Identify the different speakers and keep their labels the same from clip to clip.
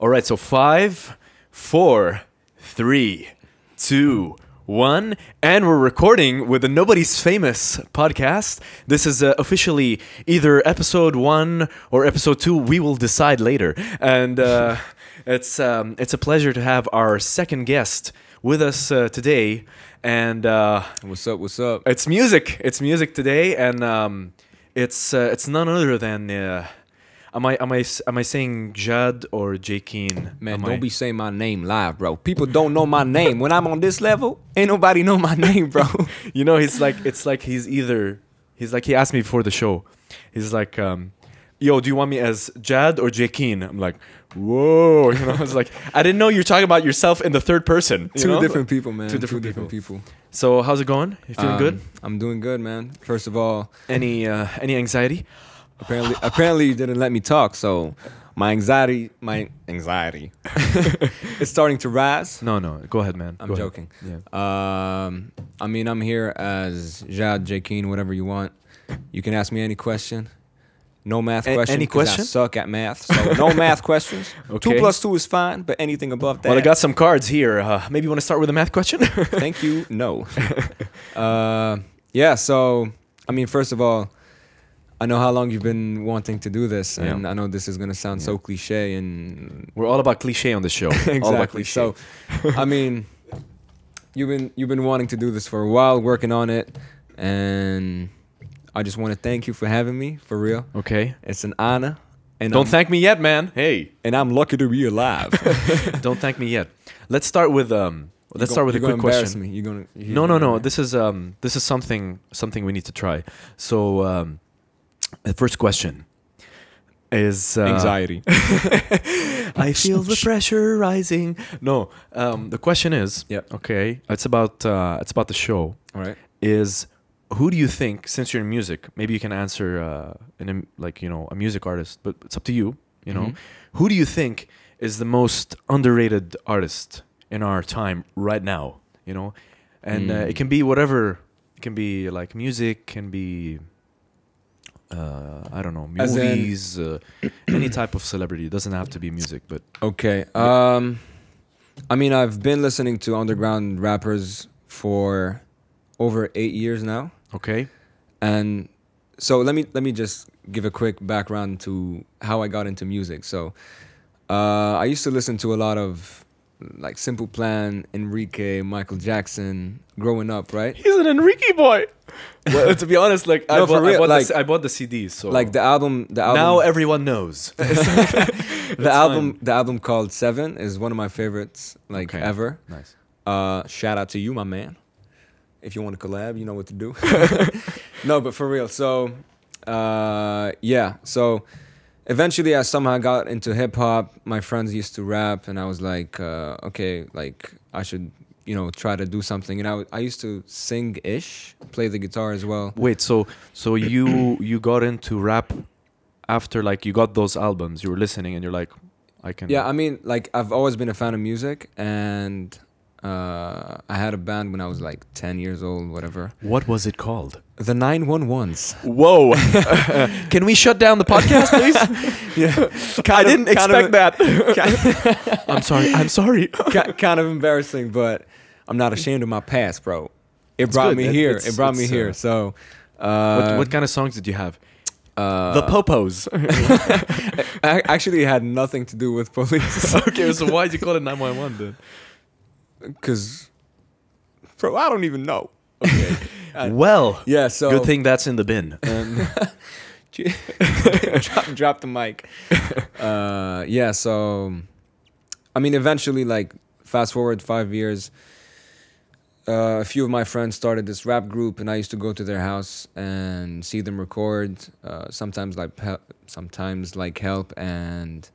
Speaker 1: All right, so five, four, three, two, one, and we're recording with the Nobody's Famous podcast. This is uh, officially either episode one or episode two. We will decide later. And uh, it's um, it's a pleasure to have our second guest with us uh, today. And uh,
Speaker 2: What's up? What's up?
Speaker 1: it's music. It's music today, and um, it's uh, it's none other than. Uh, Am I am I s- am I saying Jad or Jakeen?
Speaker 2: Man,
Speaker 1: Am
Speaker 2: don't
Speaker 1: I-
Speaker 2: be saying my name live, bro. People don't know my name. When I'm on this level, ain't nobody know my name, bro.
Speaker 1: You know, he's like it's like he's either he's like he asked me before the show. He's like, um, "Yo, do you want me as Jad or Jakeen?" I'm like, "Whoa!" You know, I was like, "I didn't know you're talking about yourself in the third person." you
Speaker 2: Two
Speaker 1: know?
Speaker 2: different people, man.
Speaker 1: Two different
Speaker 2: people.
Speaker 1: So how's it going? You feeling
Speaker 2: Um,
Speaker 1: good?
Speaker 2: I'm doing good, man. First of all,
Speaker 1: Any uh, any anxiety?
Speaker 2: apparently, apparently you didn't let me talk, so my anxiety, my anxiety, it's starting to rise.
Speaker 1: No, no. Go ahead, man.
Speaker 2: I'm
Speaker 1: Go ahead.
Speaker 2: joking.
Speaker 1: Yeah.
Speaker 2: Um, I mean, I'm here as Jad, Jakeen, whatever you want. You can ask me any question. No math
Speaker 1: A-
Speaker 2: question.
Speaker 1: any
Speaker 2: 'cause
Speaker 1: question?
Speaker 2: I suck at math. So no math questions.
Speaker 1: Okay.
Speaker 2: Two plus two is fine, but anything above that.
Speaker 1: Well, I got some cards here. Uh, maybe you want to start with a math question?
Speaker 2: thank you. No. uh, yeah. So, I mean, first of all, I know how long you've been wanting to do this, and
Speaker 1: Yeah.
Speaker 2: I know this is gonna sound so cliche and
Speaker 1: We're all about cliche on the show. All about
Speaker 2: exactly.
Speaker 1: cliche.
Speaker 2: So, I mean, you've been you've been wanting to do this for a while, working on it, and I just want to thank you for having me. For real,
Speaker 1: okay.
Speaker 2: it's an honor, and
Speaker 1: Don't
Speaker 2: I'm,
Speaker 1: thank me yet, man. Hey,
Speaker 2: and I'm lucky to be alive.
Speaker 1: don't thank me yet. Let's start with um. Let's start with a
Speaker 2: You're gonna
Speaker 1: quick
Speaker 2: embarrass
Speaker 1: question.
Speaker 2: Me. You're gonna you're
Speaker 1: No, no,
Speaker 2: gonna-
Speaker 1: no. This is um. This is something something we need to try. So um, the first question is uh,
Speaker 2: anxiety.
Speaker 1: I feel the pressure rising. No. Um. The question is.
Speaker 2: Yep.
Speaker 1: Okay. It's about uh. It's about the show.
Speaker 2: All right.
Speaker 1: is who do you think since you're in music maybe you can answer uh in a, like you know a music artist but it's up to you you know
Speaker 2: Mhm.
Speaker 1: who do you think is the most underrated artist in our time right now you know and uh, it
Speaker 2: Mm.
Speaker 1: can be whatever it can be like music can be uh, I don't know
Speaker 2: As in-
Speaker 1: movies, uh, any type of celebrity. It doesn't have to be music, but
Speaker 2: Okay. Um, I mean, I've been listening to underground rappers for over eight years now,
Speaker 1: okay,
Speaker 2: and so let me let me just give a quick background to how I got into music. So, uh, I used to listen to a lot of like Simple Plan, Enrique, Michael Jackson, growing up, right?
Speaker 1: he's an Enrique boy. well, to be honest, like I,
Speaker 2: No,
Speaker 1: bought,
Speaker 2: for real,
Speaker 1: I, bought
Speaker 2: like-
Speaker 1: the, c- I bought the CDs, so
Speaker 2: Like the album, the album,
Speaker 1: Now everyone knows.
Speaker 2: the album, the album called Seven is one of my favorites, like
Speaker 1: Okay.
Speaker 2: ever.
Speaker 1: nice.
Speaker 2: Uh, shout out to you, my man. If you want to collab, you know what to do. no, but for real. So, uh, yeah. So, eventually, I somehow got into hip hop. My friends used to rap, and I was like, uh, okay, like I should, you know, try to do something. And I, w- I used to sing ish, play the guitar as well.
Speaker 1: Wait, so so you you got into rap after like you got those albums, you were listening and you're like, I can
Speaker 2: Yeah, I mean, like I've always been a fan of music, and uh, I had a band when I was like ten years old, whatever.
Speaker 1: What was it called?
Speaker 2: The Nine One Ones.
Speaker 1: Whoa. can we shut down the podcast, please? yeah. I didn't
Speaker 2: kind of-
Speaker 1: expect that. I'm sorry. I'm sorry.
Speaker 2: Ki- kind of embarrassing, but I'm not ashamed of my past, bro. It brought
Speaker 1: good.
Speaker 2: me
Speaker 1: It-
Speaker 2: here.
Speaker 1: it's-
Speaker 2: It brought me
Speaker 1: it's,
Speaker 2: here.
Speaker 1: uh,
Speaker 2: So, uh,
Speaker 1: what, what kind of songs did you have?
Speaker 2: uh,
Speaker 1: Popos.
Speaker 2: I actually had nothing to do with police
Speaker 1: okay, so why did you call it 911 then?
Speaker 2: because, bro, I don't even know.
Speaker 1: Uh,
Speaker 2: I-
Speaker 1: well,
Speaker 2: Yeah. So
Speaker 1: good thing that's in the bin.
Speaker 2: drop, drop the mic. Uh, yeah. So, I mean, eventually, like, fast forward five years, uh, a few of my friends started this rap group, and I used to go to their house and see them record. Uh, sometimes like help, sometimes like help, and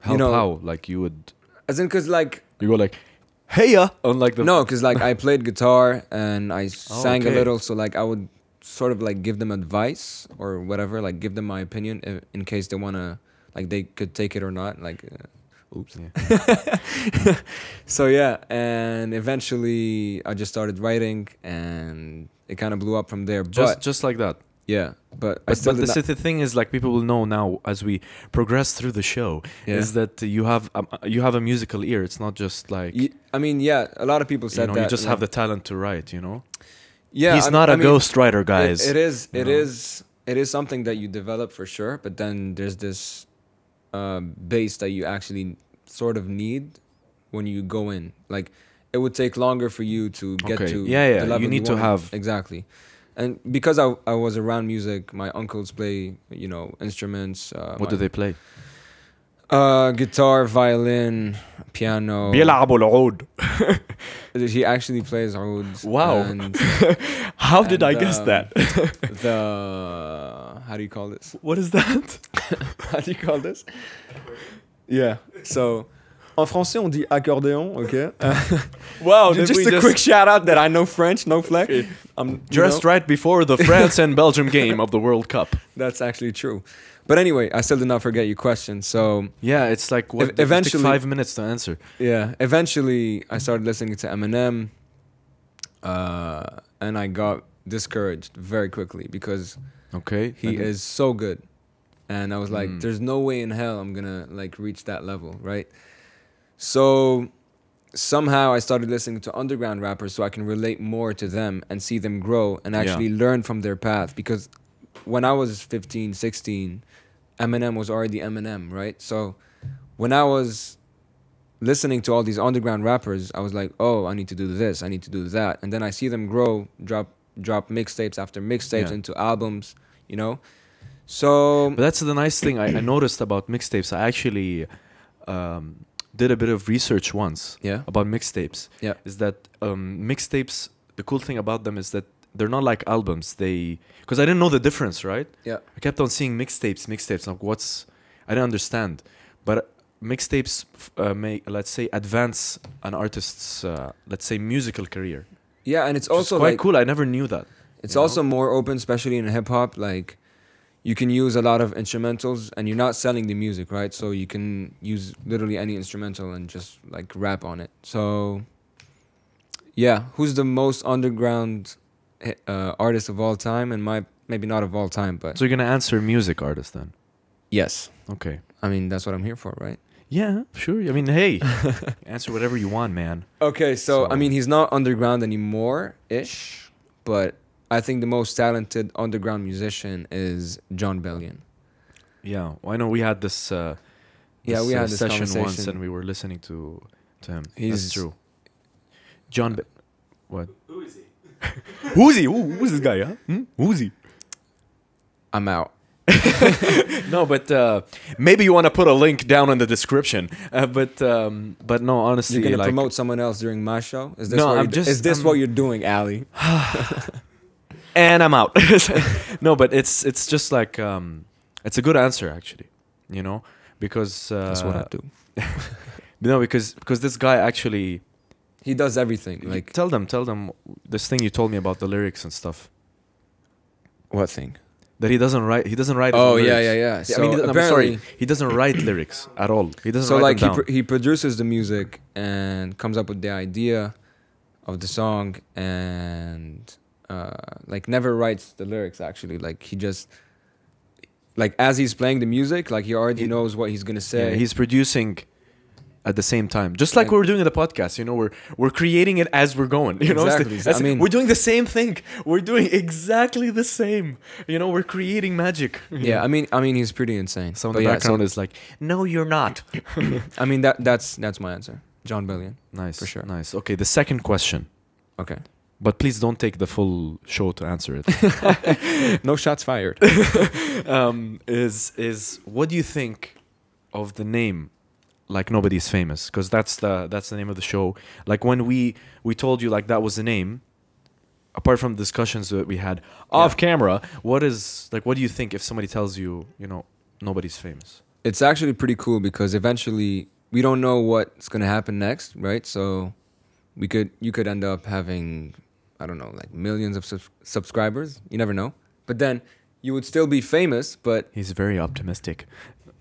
Speaker 1: How,
Speaker 2: know-
Speaker 1: how? Like you would
Speaker 2: as in, cause like
Speaker 1: you go like, hey ya, on like the
Speaker 2: no, because like I played guitar and I sang
Speaker 1: okay.
Speaker 2: a little, so like I would sort of like give them advice or whatever, like give them my opinion i- in case they wanna like they could take it or not. Like, uh, oops. so yeah, and eventually I just started writing, and it kind of blew up from there.
Speaker 1: just
Speaker 2: but
Speaker 1: just like that.
Speaker 2: yeah, but I
Speaker 1: But,
Speaker 2: still
Speaker 1: but
Speaker 2: did
Speaker 1: the,
Speaker 2: not-
Speaker 1: the thing is, like people will know now as we progress through the show,
Speaker 2: Yeah.
Speaker 1: is that you have um, you have a musical ear. It's not just like you,
Speaker 2: Y- I mean, yeah, a lot of people said
Speaker 1: know
Speaker 2: that.
Speaker 1: you just
Speaker 2: and
Speaker 1: have
Speaker 2: I-
Speaker 1: the talent to write. You know,
Speaker 2: Yeah,
Speaker 1: he's
Speaker 2: I-
Speaker 1: not a
Speaker 2: I mean,
Speaker 1: ghost writer, guys.
Speaker 2: It, it is.
Speaker 1: you
Speaker 2: it
Speaker 1: know?
Speaker 2: is. It is something that you develop for sure. But then there's this uh, base that you actually sort of need when you go in. Like it would take longer for you to get
Speaker 1: Okay,
Speaker 2: to
Speaker 1: yeah, yeah, you need to
Speaker 2: want.
Speaker 1: have-
Speaker 2: exactly. And because I, I was around music, my uncles play you know instruments. Uh,
Speaker 1: What do
Speaker 2: my-
Speaker 1: they play?
Speaker 2: Uh, guitar, violin, piano. He actually plays oud.
Speaker 1: Wow.
Speaker 2: and
Speaker 1: How did I
Speaker 2: And,
Speaker 1: guess
Speaker 2: um,
Speaker 1: that?
Speaker 2: the how do you call this?
Speaker 1: what is that?
Speaker 2: How do you call this? Yeah. So, en français, on dit accordéon, okay?
Speaker 1: Wow,
Speaker 2: just a quick shout out that I know French, no flex. I'm you
Speaker 1: just
Speaker 2: know,
Speaker 1: right before the France and Belgium game of the World Cup.
Speaker 2: That's actually true. But anyway, I still did not forget your question. So,
Speaker 1: Yeah, it's like what
Speaker 2: Ev-
Speaker 1: it took
Speaker 2: eventually-
Speaker 1: five minutes to answer.
Speaker 2: yeah, eventually I started listening to Eminem, uh, and I got discouraged very quickly because
Speaker 1: Okay,
Speaker 2: he
Speaker 1: then-
Speaker 2: is so good and i was like
Speaker 1: Uh-huh. Mm.
Speaker 2: there's no way in hell i'm gonna like reach that level right so somehow i started listening to underground rappers so i can relate more to them and see them grow and
Speaker 1: Yeah.
Speaker 2: actually learn from their path because when i was 15 16 eminem was already eminem right so when i was listening to all these underground rappers i was like oh i need to do this i need to do that and then i see them grow drop drop mixtapes after mixtapes
Speaker 1: Yeah.
Speaker 2: into albums you know so
Speaker 1: But that's the nice thing I, I noticed about mixtapes. I actually um, did a bit of research once
Speaker 2: Yeah.
Speaker 1: about mixtapes.
Speaker 2: Yeah.
Speaker 1: Is that um, mixtapes, the cool thing about them is that they're not like albums. They, because I didn't know the difference, right?
Speaker 2: yeah
Speaker 1: I kept on seeing mixtapes, mixtapes. Like, what's, I didn't understand. But mixtapes f- uh, may, let's say, advance an artist's, uh, let's say, musical career.
Speaker 2: yeah and it's
Speaker 1: Which is
Speaker 2: also
Speaker 1: quite
Speaker 2: like
Speaker 1: cool. I never knew that.
Speaker 2: it's
Speaker 1: you know?
Speaker 2: also more open especially in hip hop like you can use a lot of instrumentals and you're not selling the music right so you can use literally any instrumental and just like rap on it so yeah who's the most underground hi- uh, artist of all time and my maybe not of all time but
Speaker 1: So you're gonna answer music artist then?
Speaker 2: yes
Speaker 1: Okay.
Speaker 2: i mean that's what i'm here for right
Speaker 1: Yeah, sure. I mean, hey, answer whatever you want, man.
Speaker 2: Okay, so, I
Speaker 1: So-
Speaker 2: mean, he's not underground anymore ish, but I think the most talented underground musician is John Bellion.
Speaker 1: Yeah, well, I know we had this. Uh,
Speaker 2: Yeah, we
Speaker 1: uh,
Speaker 2: had this
Speaker 1: session once,
Speaker 2: conversation.
Speaker 1: and we were listening to to him. That's
Speaker 2: He's-
Speaker 1: true. John, Be- what? Who is he? Who, who's this guy? Huh? Hmm? Who's he?
Speaker 2: I'm out.
Speaker 1: No, but uh, maybe you want to put a link down in the description. Uh, but um, but no, honestly,
Speaker 2: You're gonna
Speaker 1: like,
Speaker 2: promote someone else during my show? Is this
Speaker 1: No,
Speaker 2: what
Speaker 1: I'm
Speaker 2: you're do-
Speaker 1: just-
Speaker 2: is this
Speaker 1: I'm-
Speaker 2: what you're doing, Ali?
Speaker 1: and I'm out. no, but it's it's just like um, it's a good answer actually. You know, because uh,
Speaker 2: That's what I do.
Speaker 1: No, because because this guy actually
Speaker 2: He does everything. Like
Speaker 1: tell them tell them this thing you told me about the lyrics and stuff
Speaker 2: what thing?
Speaker 1: that he doesn't write he doesn't write his
Speaker 2: Oh
Speaker 1: own
Speaker 2: yeah, yeah,
Speaker 1: lyrics.
Speaker 2: yeah.
Speaker 1: I
Speaker 2: So
Speaker 1: mean, he doesn't- I'm sorry.
Speaker 2: apparently-
Speaker 1: He doesn't write lyrics at all. He doesn't
Speaker 2: So
Speaker 1: write
Speaker 2: like he
Speaker 1: them down.
Speaker 2: pr- he produces the music and comes up with the idea of the song and uh, like never writes the lyrics actually. Like he just like as he's playing the music, like he already
Speaker 1: He-
Speaker 2: knows what he's gonna say.
Speaker 1: yeah, he's producing at the same time, just like
Speaker 2: Like-
Speaker 1: we're doing in the podcast. You know, we're we're creating it as we're going. You know,
Speaker 2: Exactly,
Speaker 1: It's-
Speaker 2: exa- I
Speaker 1: it's-
Speaker 2: mean-
Speaker 1: we're doing the same thing. We're doing exactly the same. You know, we're creating magic.
Speaker 2: yeah, I mean, I mean, he's pretty insane.
Speaker 1: Some of
Speaker 2: But
Speaker 1: the
Speaker 2: yeah, so-
Speaker 1: background is like, no, you're not.
Speaker 2: I mean, that that's that's my answer. John Bellion.
Speaker 1: nice,
Speaker 2: For sure.
Speaker 1: Nice. Okay, the second question,
Speaker 2: Okay.
Speaker 1: but please don't take the full show to answer it.
Speaker 2: No shots fired.
Speaker 1: um, is is what do you think of the name? Like nobody's famous, because that's the that's the name of the show. Like when we we told you like that was the name. Apart from discussions that we had off camera, what is like? What do you think if somebody tells you, you know, nobody's famous?
Speaker 2: it's actually pretty cool because eventually we don't know what's gonna happen next, right? So we could you could end up having I don't know like millions of subs- subscribers. You never know. But then you would still be famous. But
Speaker 1: He's very optimistic.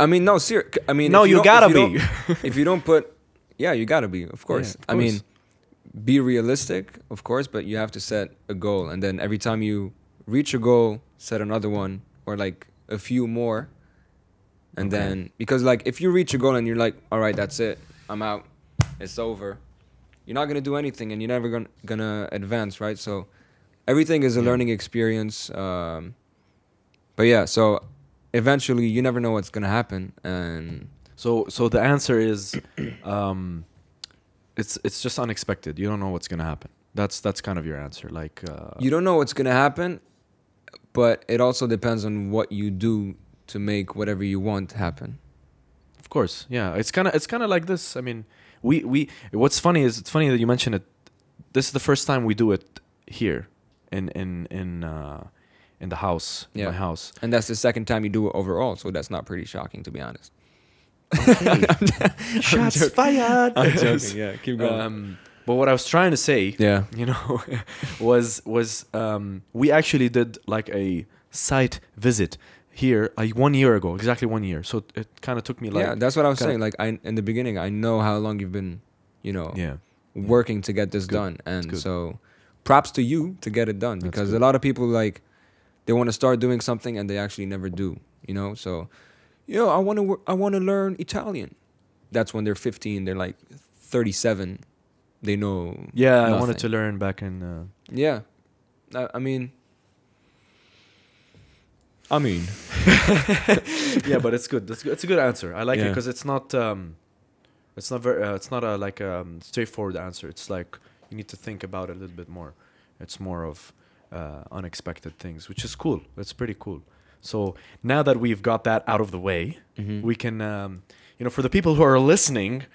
Speaker 2: I mean, no, ser- I mean,
Speaker 1: No,
Speaker 2: if
Speaker 1: you
Speaker 2: don't- if
Speaker 1: gotta
Speaker 2: you don't- if you don't put, yeah, you gotta be. Of course.
Speaker 1: of
Speaker 2: I mean,
Speaker 1: course.
Speaker 2: be realistic, of course, but you have to set a goal, and then every time you reach a goal, set another one, or like a few more, and
Speaker 1: Okay.
Speaker 2: then because like if you reach a goal and you're like, all right, that's it, I'm out, it's over, you're not gonna do anything, and you're never gonna gonna advance, right? So everything is a
Speaker 1: Yeah.
Speaker 2: learning experience. Um, but yeah, so eventually you never know what's gonna happen, and
Speaker 1: So so the answer is, um, it's it's just unexpected. You don't know what's gonna happen. That's that's kind of your answer. Like uh,
Speaker 2: you don't know what's gonna happen, but it also depends on what you do to make whatever you want happen.
Speaker 1: Of course, yeah. It's kind of it's kind of like this. I mean, we we. What's funny is it's funny that you mention it. This is the first time we do it here in in in uh, in the house, in
Speaker 2: Yeah.
Speaker 1: my house.
Speaker 2: And that's the second time you do it overall, so that's not pretty shocking to be honest.
Speaker 1: Shots fired.
Speaker 2: yeah. Keep
Speaker 1: um, but what I was trying to say,
Speaker 2: yeah.
Speaker 1: you know, was was um, we actually did like a site visit here uh, one year ago, exactly one year. So it kind of took me like
Speaker 2: yeah, that's what I was
Speaker 1: kinda-
Speaker 2: saying. Like I in the beginning, I know how long you've been, you know,
Speaker 1: yeah.
Speaker 2: working to get this
Speaker 1: Good.
Speaker 2: done. And
Speaker 1: good.
Speaker 2: so props to you to get it done
Speaker 1: That's
Speaker 2: because
Speaker 1: good.
Speaker 2: a lot of people like they want to start doing something and they actually never do, you know? So, yo, I want to I want to learn Italian. That's when they're 15, they're like 37. They know
Speaker 1: Yeah, I wanted to
Speaker 2: nothing.
Speaker 1: learn back in. Uh,
Speaker 2: Yeah. I, I mean I mean,
Speaker 1: yeah, but it's good. That's good. It's a good answer. I like it
Speaker 2: Yeah.
Speaker 1: because it's not um, it's not very. Uh, it's not a like um, straightforward answer. It's like you need to think about it a little bit more. It's more of uh, unexpected things, which is cool. It's pretty cool. So now that we've got that out of the way,
Speaker 2: Mm-hmm.
Speaker 1: we can, um, you know, for the people who are listening,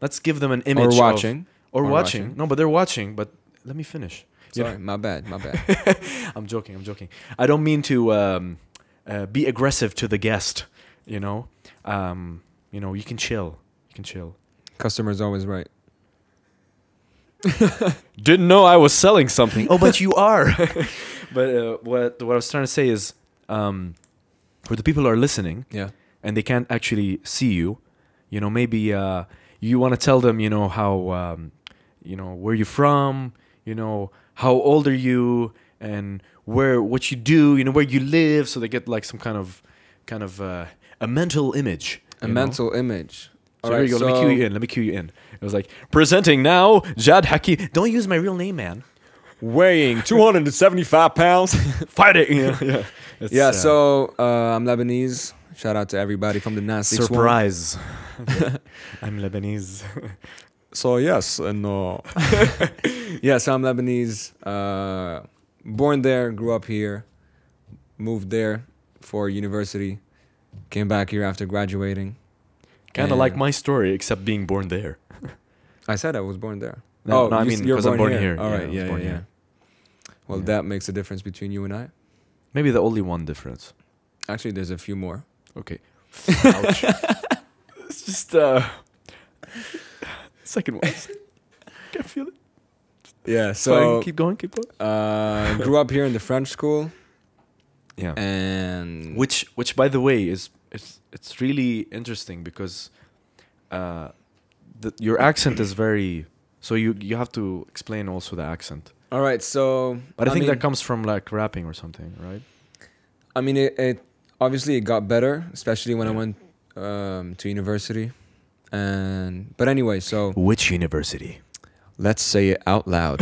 Speaker 1: let's give them an image
Speaker 2: or
Speaker 1: of-
Speaker 2: watching.
Speaker 1: or,
Speaker 2: Or
Speaker 1: watching.
Speaker 2: watching.
Speaker 1: No, but they're watching. But let me finish. You know-
Speaker 2: Sorry, my bad, my bad.
Speaker 1: I'm joking. I'm joking. I don't mean to um, uh, be aggressive to the guest. You know, um, you know, you can chill. You can chill.
Speaker 2: Customer's always right.
Speaker 1: Didn't know I was selling something. oh, but you are. but uh, what what I was trying to say is, um, for the people who are listening
Speaker 2: Yeah.
Speaker 1: and they can't actually see you, you know, maybe uh, you want to tell them, you know, how, um, you know, where you're from, you know, how old are you, and where what you do, you know, where you live, so they get like some kind of, kind of uh, a mental image.
Speaker 2: A
Speaker 1: you know?
Speaker 2: mental image.
Speaker 1: So
Speaker 2: Alright,
Speaker 1: here you go. Let me cue you in. Let me cue you in. It was like presenting now, Jad Haki. Don't use my real name, man.
Speaker 2: weighing 275 pounds.
Speaker 1: Fight it. Yeah, yeah. It's,
Speaker 2: yeah,
Speaker 1: uh,
Speaker 2: so uh, I'm Lebanese. Shout out to everybody from the 961.
Speaker 1: surprise. I'm Lebanese.
Speaker 2: So, yes, and uh, yeah, so I'm Lebanese. Uh, born there, grew up here, moved there for university, came back here after graduating.
Speaker 1: Kind of
Speaker 2: And-
Speaker 1: like my story, except being born there.
Speaker 2: I said I was born there.
Speaker 1: No,
Speaker 2: Oh,
Speaker 1: no, I
Speaker 2: you-
Speaker 1: mean,
Speaker 2: you're
Speaker 1: 'cause I'm born here.
Speaker 2: All
Speaker 1: Yeah, I
Speaker 2: right,
Speaker 1: was
Speaker 2: yeah, yeah,
Speaker 1: born
Speaker 2: yeah.
Speaker 1: here.
Speaker 2: Well,
Speaker 1: Yeah.
Speaker 2: that makes a difference between you and I.
Speaker 1: Maybe the only one difference.
Speaker 2: Actually, there's a few more.
Speaker 1: Okay. Ouch. it's just uh second one. Can't feel it.
Speaker 2: Yeah,
Speaker 1: So
Speaker 2: so
Speaker 1: keep going, keep going.
Speaker 2: uh, grew up here in the French school.
Speaker 1: Yeah.
Speaker 2: and
Speaker 1: Which which by the way is it's it's really interesting because uh the, your accent is very so you you have to explain also the accent.
Speaker 2: all right so
Speaker 1: But I, think
Speaker 2: mean,
Speaker 1: that comes from like rapping or something, right?
Speaker 2: i mean it, it obviously it got better especially when i
Speaker 1: Yeah.
Speaker 2: went um, to university and but anyway so
Speaker 1: Which university?
Speaker 2: let's say it out loud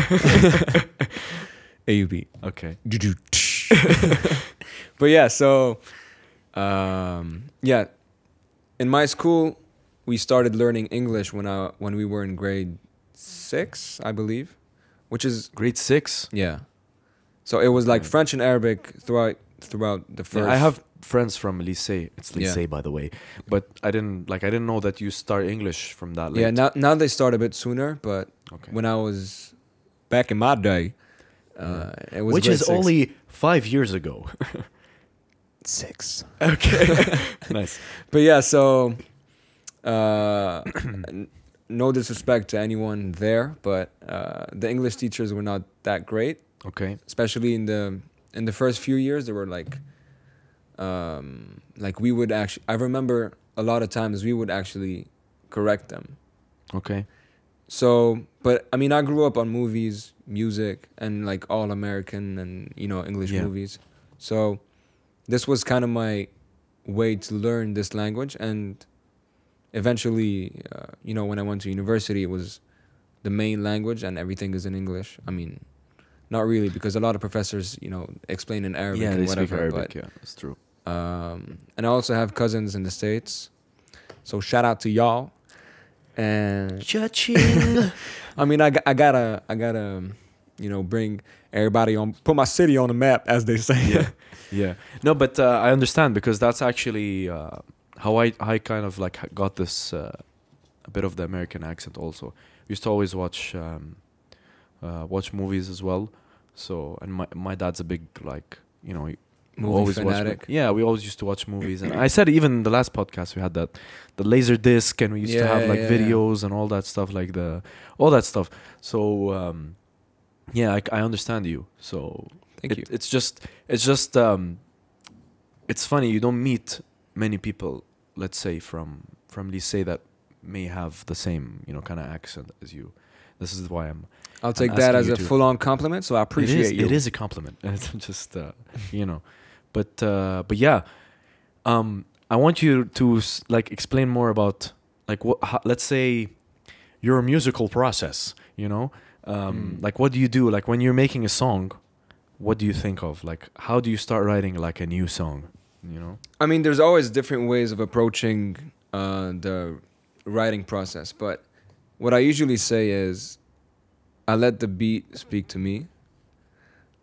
Speaker 2: aub
Speaker 1: Okay.
Speaker 2: but yeah so um, yeah in my school we started learning english when i when we were in grade six i believe which is
Speaker 1: Grade 6.
Speaker 2: Yeah. So it was like
Speaker 1: Yeah.
Speaker 2: French and Arabic throughout throughout the
Speaker 1: Yeah,
Speaker 2: first.
Speaker 1: I have friends from lycée. It's
Speaker 2: Yeah.
Speaker 1: lycée, by the way. But I didn't like. I didn't know that you start English from that late.
Speaker 2: Yeah, now now they start a bit sooner, but
Speaker 1: okay.
Speaker 2: when I was back in my day, uh, it was
Speaker 1: Which is
Speaker 2: grade six.
Speaker 1: only five years ago.
Speaker 2: six.
Speaker 1: okay. nice.
Speaker 2: But yeah, so uh, n- no disrespect to anyone there, but uh, the English teachers were not that great.
Speaker 1: Okay.
Speaker 2: especially in the in the first few years there were like um like we would actually i remember a lot of times we would actually correct them
Speaker 1: Okay.
Speaker 2: So, but I mean, I grew up on movies, music, and like all American and you know English
Speaker 1: Yeah.
Speaker 2: movies. So, this was kind of my way to learn this language, and eventually, uh, you know, when I went to university, it was the main language, and everything is in English. I mean, not really, because a lot of professors, you know, explain in Arabic
Speaker 1: yeah,
Speaker 2: and
Speaker 1: they
Speaker 2: whatever.
Speaker 1: speak Arabic.
Speaker 2: but
Speaker 1: yeah, it's true.
Speaker 2: um, and I also have cousins in the states, so shout out to y'all. And
Speaker 1: Cha-ching.
Speaker 2: I mean, I, g- I gotta I gotta you know bring everybody on, put my city on the map, as they say.
Speaker 1: yeah, yeah. No, but uh, I understand because that's actually uh, how I I kind of like h- got this uh, a bit of the American accent. Also, used to always watch um, uh, watch movies as well. So, and my my dad's a big like you know. he
Speaker 2: Movie
Speaker 1: watch-
Speaker 2: fanatic.
Speaker 1: yeah, we always used to watch movies, and I said even in the last podcast we had that, the laser disc, and we used to
Speaker 2: Yeah,
Speaker 1: have like
Speaker 2: yeah, yeah.
Speaker 1: videos and all that stuff, like the all that stuff. So um, yeah, I, I understand you. So
Speaker 2: Thank
Speaker 1: it-
Speaker 2: you.
Speaker 1: It's just it's just um, it's funny you don't meet many people, let's say from from Lycée that may have the same you know kind of accent as you. This is why I'm
Speaker 2: I'll take
Speaker 1: I'm
Speaker 2: that
Speaker 1: asking
Speaker 2: as
Speaker 1: you
Speaker 2: a
Speaker 1: to-
Speaker 2: full on compliment. So I appreciate
Speaker 1: it is,
Speaker 2: you.
Speaker 1: It is a compliment. It's just uh, you know, but uh, but yeah, um, I want you to s- like explain more about like what ho- let's say your musical process. You know, um,
Speaker 2: Mm.
Speaker 1: like what do you do? Like when you're making a song, what do you think of? Like how do you start writing like a new song? You know,
Speaker 2: I mean, there's always different ways of approaching uh, the writing process, but what I usually say is, I let the beat speak to me.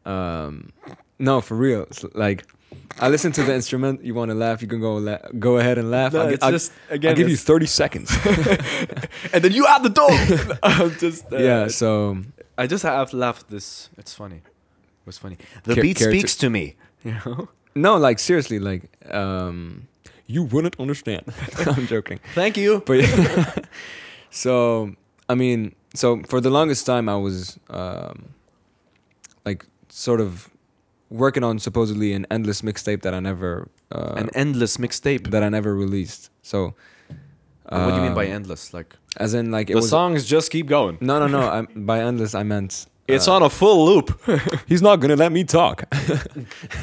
Speaker 2: Um, no, for real. It's like, I listen to the instrument. You want to laugh? You can go la- go ahead and laugh. I'll, gi- I'll- I'll give you 30 seconds.
Speaker 1: and then you out the door. I'm just uh,
Speaker 2: yeah. So
Speaker 1: I just have laughed. This it's funny. It was funny. The
Speaker 2: Char-
Speaker 1: beat
Speaker 2: character-
Speaker 1: speaks to me. You know.
Speaker 2: no, like seriously, like um, you wouldn't understand. I'm joking.
Speaker 1: Thank you.
Speaker 2: but so I mean, so for the longest time, I was um, like sort of working on supposedly an endless mixtape that I never uh,
Speaker 1: an endless mixtape.
Speaker 2: that I never released. So
Speaker 1: what do you mean by
Speaker 2: um,
Speaker 1: endless? Like
Speaker 2: As in, like it
Speaker 1: the
Speaker 2: was
Speaker 1: songs just keep going.
Speaker 2: no, no, no. I, by endless, I meant uh,
Speaker 1: It's on a full loop.
Speaker 2: He's not gonna let me talk.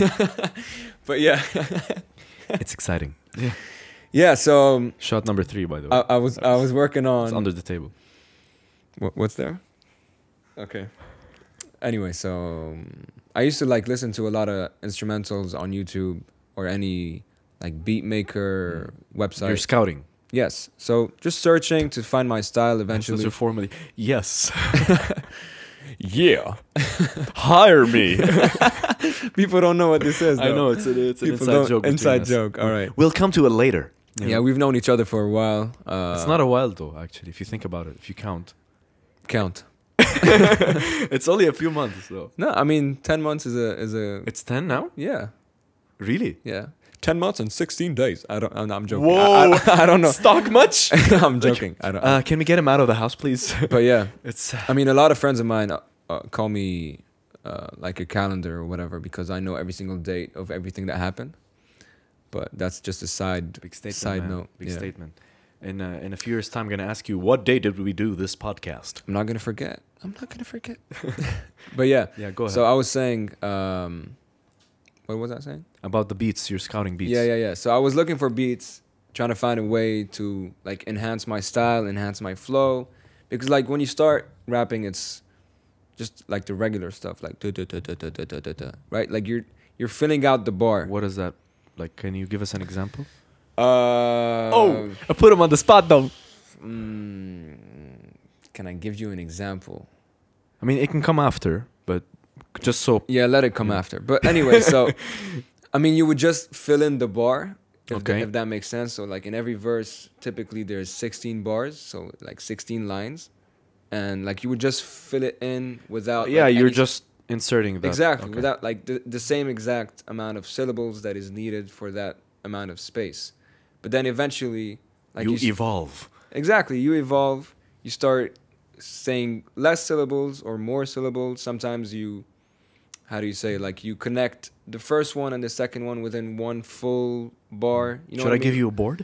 Speaker 2: but yeah,
Speaker 1: it's exciting.
Speaker 2: yeah. So
Speaker 1: Shot number three, by the way.
Speaker 2: I, I was I was working on
Speaker 1: it's under the table.
Speaker 2: Wha- what's there? Okay. Anyway, so um, I used to like listen to a lot of instrumentals on YouTube or any like beat maker website.
Speaker 1: Mm. You're scouting.
Speaker 2: yes. So just searching to find my style
Speaker 1: Actually,
Speaker 2: eventually.
Speaker 1: formally. Yes.
Speaker 2: yeah.
Speaker 1: Hire me.
Speaker 2: People don't know what this is.
Speaker 1: I
Speaker 2: though.
Speaker 1: know it's, a, it's an
Speaker 2: People
Speaker 1: inside
Speaker 2: don't-
Speaker 1: joke. between
Speaker 2: Inside
Speaker 1: us.
Speaker 2: joke. All right.
Speaker 1: We'll come to it later.
Speaker 2: Yeah. we've known each other for a while. Uh,
Speaker 1: it's not a while though, actually. If you think about it, if you count,
Speaker 2: count.
Speaker 1: it's only a few months though.
Speaker 2: No, I mean ten months is a is a
Speaker 1: It's ten now.
Speaker 2: yeah
Speaker 1: Really?
Speaker 2: yeah. Ten months and sixteen days. I don't. I'm, I'm joking. I, I, I don't know.
Speaker 1: Stock much?
Speaker 2: I'm joking. I don't.
Speaker 1: Uh, can we get him out of the house, please?
Speaker 2: but yeah,
Speaker 1: it's
Speaker 2: I mean, a lot of friends of mine uh, uh, call me uh, like a calendar or whatever because I know every single date of everything that happened. But that's just a side.
Speaker 1: Big statement.
Speaker 2: Side
Speaker 1: man.
Speaker 2: note,
Speaker 1: Big
Speaker 2: yeah.
Speaker 1: statement. In uh, in a few years' time, I'm gonna ask you what day did we do this podcast?
Speaker 2: I'm not gonna forget. I'm not gonna forget. but yeah,
Speaker 1: Yeah, go ahead.
Speaker 2: so I was saying, um, what was I saying?
Speaker 1: About the beats, you're scouting beats.
Speaker 2: Yeah, yeah, yeah. So I was looking for beats, trying to find a way to like enhance my style, enhance my flow, because like when you start rapping, it's just like the regular stuff, like duh, duh, duh, duh, duh, duh, duh, duh, duh, right? Like you're you're filling out the bar.
Speaker 1: What is that? Like, can you give us an example?
Speaker 2: Uh, oh,
Speaker 1: I put him on the spot though.
Speaker 2: Mm, can I give you an example?
Speaker 1: I mean, it can come after, but just so
Speaker 2: Yeah, let it come
Speaker 1: Hmm.
Speaker 2: after. But anyway, so I mean, you would just fill in the bar. If
Speaker 1: Okay.
Speaker 2: if that makes sense. So like in every verse, typically there's 16 bars, so like 16 lines, and like you would just fill it in without.
Speaker 1: yeah,
Speaker 2: like,
Speaker 1: you're
Speaker 2: any-
Speaker 1: just inserting that.
Speaker 2: exactly
Speaker 1: Okay.
Speaker 2: without like the, the same exact amount of syllables that is needed for that amount of space. But then eventually, like
Speaker 1: you,
Speaker 2: s-
Speaker 1: evolve.
Speaker 2: Exactly. You evolve. You start saying less syllables or more syllables. Sometimes you, how do you say, like you connect the first one and the second one within one full bar. You know
Speaker 1: Should I,
Speaker 2: what
Speaker 1: give
Speaker 2: mean?
Speaker 1: you a board?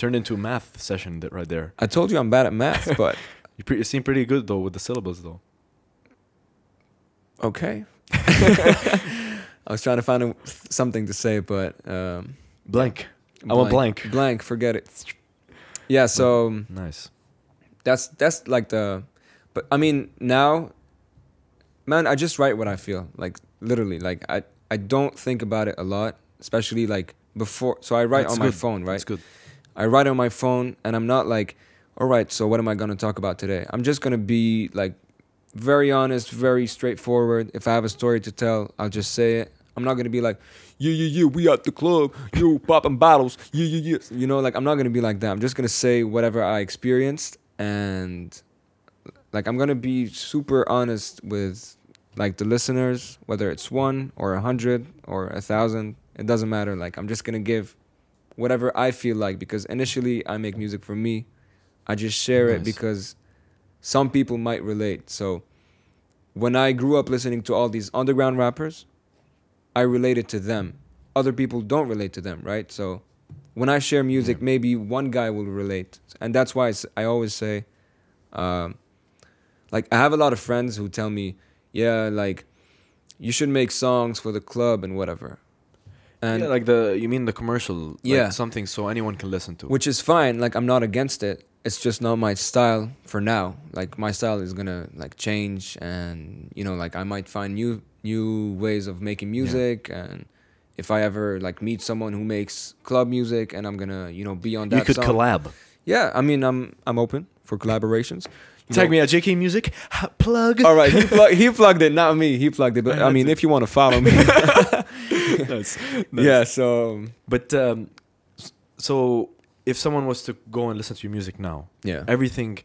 Speaker 1: Turned into a math session that right there.
Speaker 2: I told you I'm bad at math, but
Speaker 1: You, pre- you seem pretty good though with the syllables though.
Speaker 2: Okay. I was trying to find a, something to say, but um,
Speaker 1: Blank. I want blank.
Speaker 2: Blank. Forget it. Yeah. So
Speaker 1: Nice.
Speaker 2: that's that's like the, but I mean now, man, I just write what I feel. Like literally, like I I don't think about it a lot, especially like before. So I write
Speaker 1: That's
Speaker 2: on my
Speaker 1: good.
Speaker 2: phone, right?
Speaker 1: That's good.
Speaker 2: I write on my phone and I'm not like, all right, so what am I going to talk about today? I'm just going to be like very honest, very straightforward. If I have a story to tell, I'll just say it. I'm not going to be like, yeah, yeah, yeah, we at the club, you popping bottles, yeah, yeah, yeah. You know, like I'm not going to be like that. I'm just going to say whatever I experienced and like I'm going to be super honest with like the listeners, whether it's one or a hundred or a thousand, it doesn't matter. Like I'm just going to give whatever I feel like because initially I make music for me. I just share it
Speaker 1: Nice.
Speaker 2: because some people might relate. So when I grew up listening to all these underground rappers, I related to them. Other people don't relate to them, right? So when I share music, maybe one guy will relate. And that's why I s- I always say, um, like, I have a lot of friends who tell me, yeah, like, you should make songs for the club and whatever. And
Speaker 1: yeah, like the you mean the commercial? like
Speaker 2: Yeah.
Speaker 1: something so anyone can listen to.
Speaker 2: which is fine like i'm not against it it's just not my style for now like my style is gonna like change and you know like i might find new new ways of making music and if i ever like meet someone who makes club music and i'm gonna you know be on that
Speaker 1: you could
Speaker 2: song.
Speaker 1: collab.
Speaker 2: yeah i mean i'm i'm open for collaborations You
Speaker 1: Tag
Speaker 2: know-
Speaker 1: me at JK Music. Ha, plug.
Speaker 2: all right he, plug, he plugged it not me he plugged it but i mean if you want to follow me
Speaker 1: Nice, nice.
Speaker 2: yeah so
Speaker 1: But um, s- so if someone was to go and listen to your music now,
Speaker 2: yeah
Speaker 1: everything.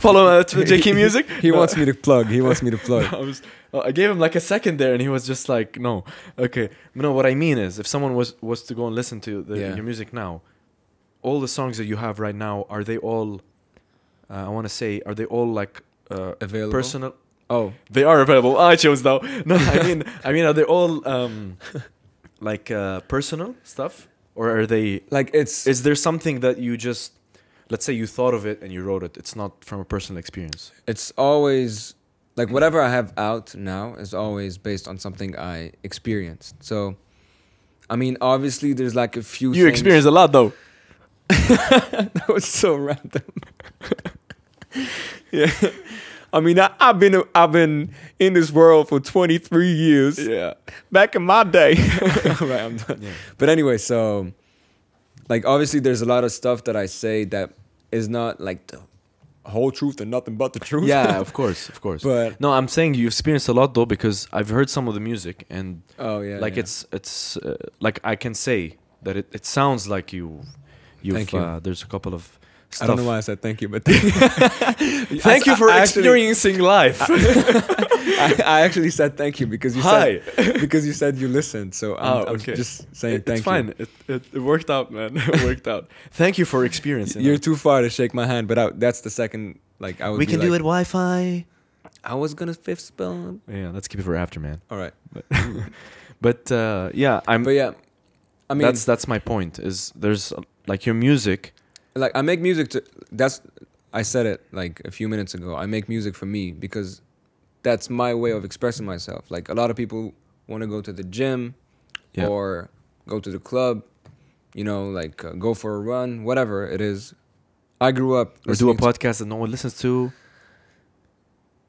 Speaker 1: Follow uh, t- JK Music.
Speaker 2: he wants me to plug he wants me to plug
Speaker 1: I, was, oh, I gave him like a second there, and he was just like, "No, okay." No, what I mean is, if someone was was to go and listen to the,
Speaker 2: Yeah.
Speaker 1: your music now, all the songs that you have right now are they all? Uh, I want to say, are they all like uh,
Speaker 2: available
Speaker 1: personal?
Speaker 2: oh
Speaker 1: They are available. I chose though. No, I mean, I mean, are they all um, like uh, personal stuff, or are they?
Speaker 2: like it's
Speaker 1: Is there something that you just, let's say, you thought of it and you wrote it? It's not from a personal experience.
Speaker 2: it's always like whatever I have out now is always based on something I experienced. So, I mean, obviously, there's like a few.
Speaker 1: You
Speaker 2: things-
Speaker 1: experience a lot though.
Speaker 2: that was so random. yeah, I mean, I, I've been I've been in this world for 23 years.
Speaker 1: Yeah.
Speaker 2: Back in my day, right, I'm done.
Speaker 1: Yeah.
Speaker 2: But anyway, so like obviously, there's a lot of stuff that I say that is not like the whole truth and nothing but the truth.
Speaker 1: yeah, of course, of course.
Speaker 2: but
Speaker 1: no, I'm saying you experienced a lot though because I've heard some of the music and
Speaker 2: oh yeah,
Speaker 1: like
Speaker 2: yeah.
Speaker 1: it's it's uh, like I can say that it, it sounds like you you've
Speaker 2: Thank you.
Speaker 1: Uh, there's a couple of stuff.
Speaker 2: I don't know why I said thank you, but
Speaker 1: Thank you for
Speaker 2: I actually-
Speaker 1: experiencing life.
Speaker 2: I, I actually said thank you because you
Speaker 1: Hi.
Speaker 2: said because you said you listened. So I'm,
Speaker 1: Oh,
Speaker 2: I'm
Speaker 1: okay.
Speaker 2: just saying
Speaker 1: It-
Speaker 2: thank
Speaker 1: it's fine.
Speaker 2: you.
Speaker 1: It, it, it worked out, man. It worked out. Thank you for experiencing.
Speaker 2: You're
Speaker 1: that.
Speaker 2: too far to shake my hand, but I, that's the second like I would.
Speaker 1: we
Speaker 2: be
Speaker 1: can do
Speaker 2: like,
Speaker 1: it Wi-Fi.
Speaker 2: I was gonna fifth spell.
Speaker 1: Yeah, let's keep it for after, man.
Speaker 2: All right,
Speaker 1: But uh, yeah, I'm.
Speaker 2: but yeah, I mean,
Speaker 1: that's that's my point. Is there's uh, like your music.
Speaker 2: like I make music to. That's I said it like a few minutes ago. I make music for me because that's my way of expressing myself. Like a lot of people want to go to the gym
Speaker 1: Yeah.
Speaker 2: or go to the club, you know, like uh, go for a run, whatever it is. I grew up
Speaker 1: Or do a
Speaker 2: listening to-
Speaker 1: podcast that no one listens to.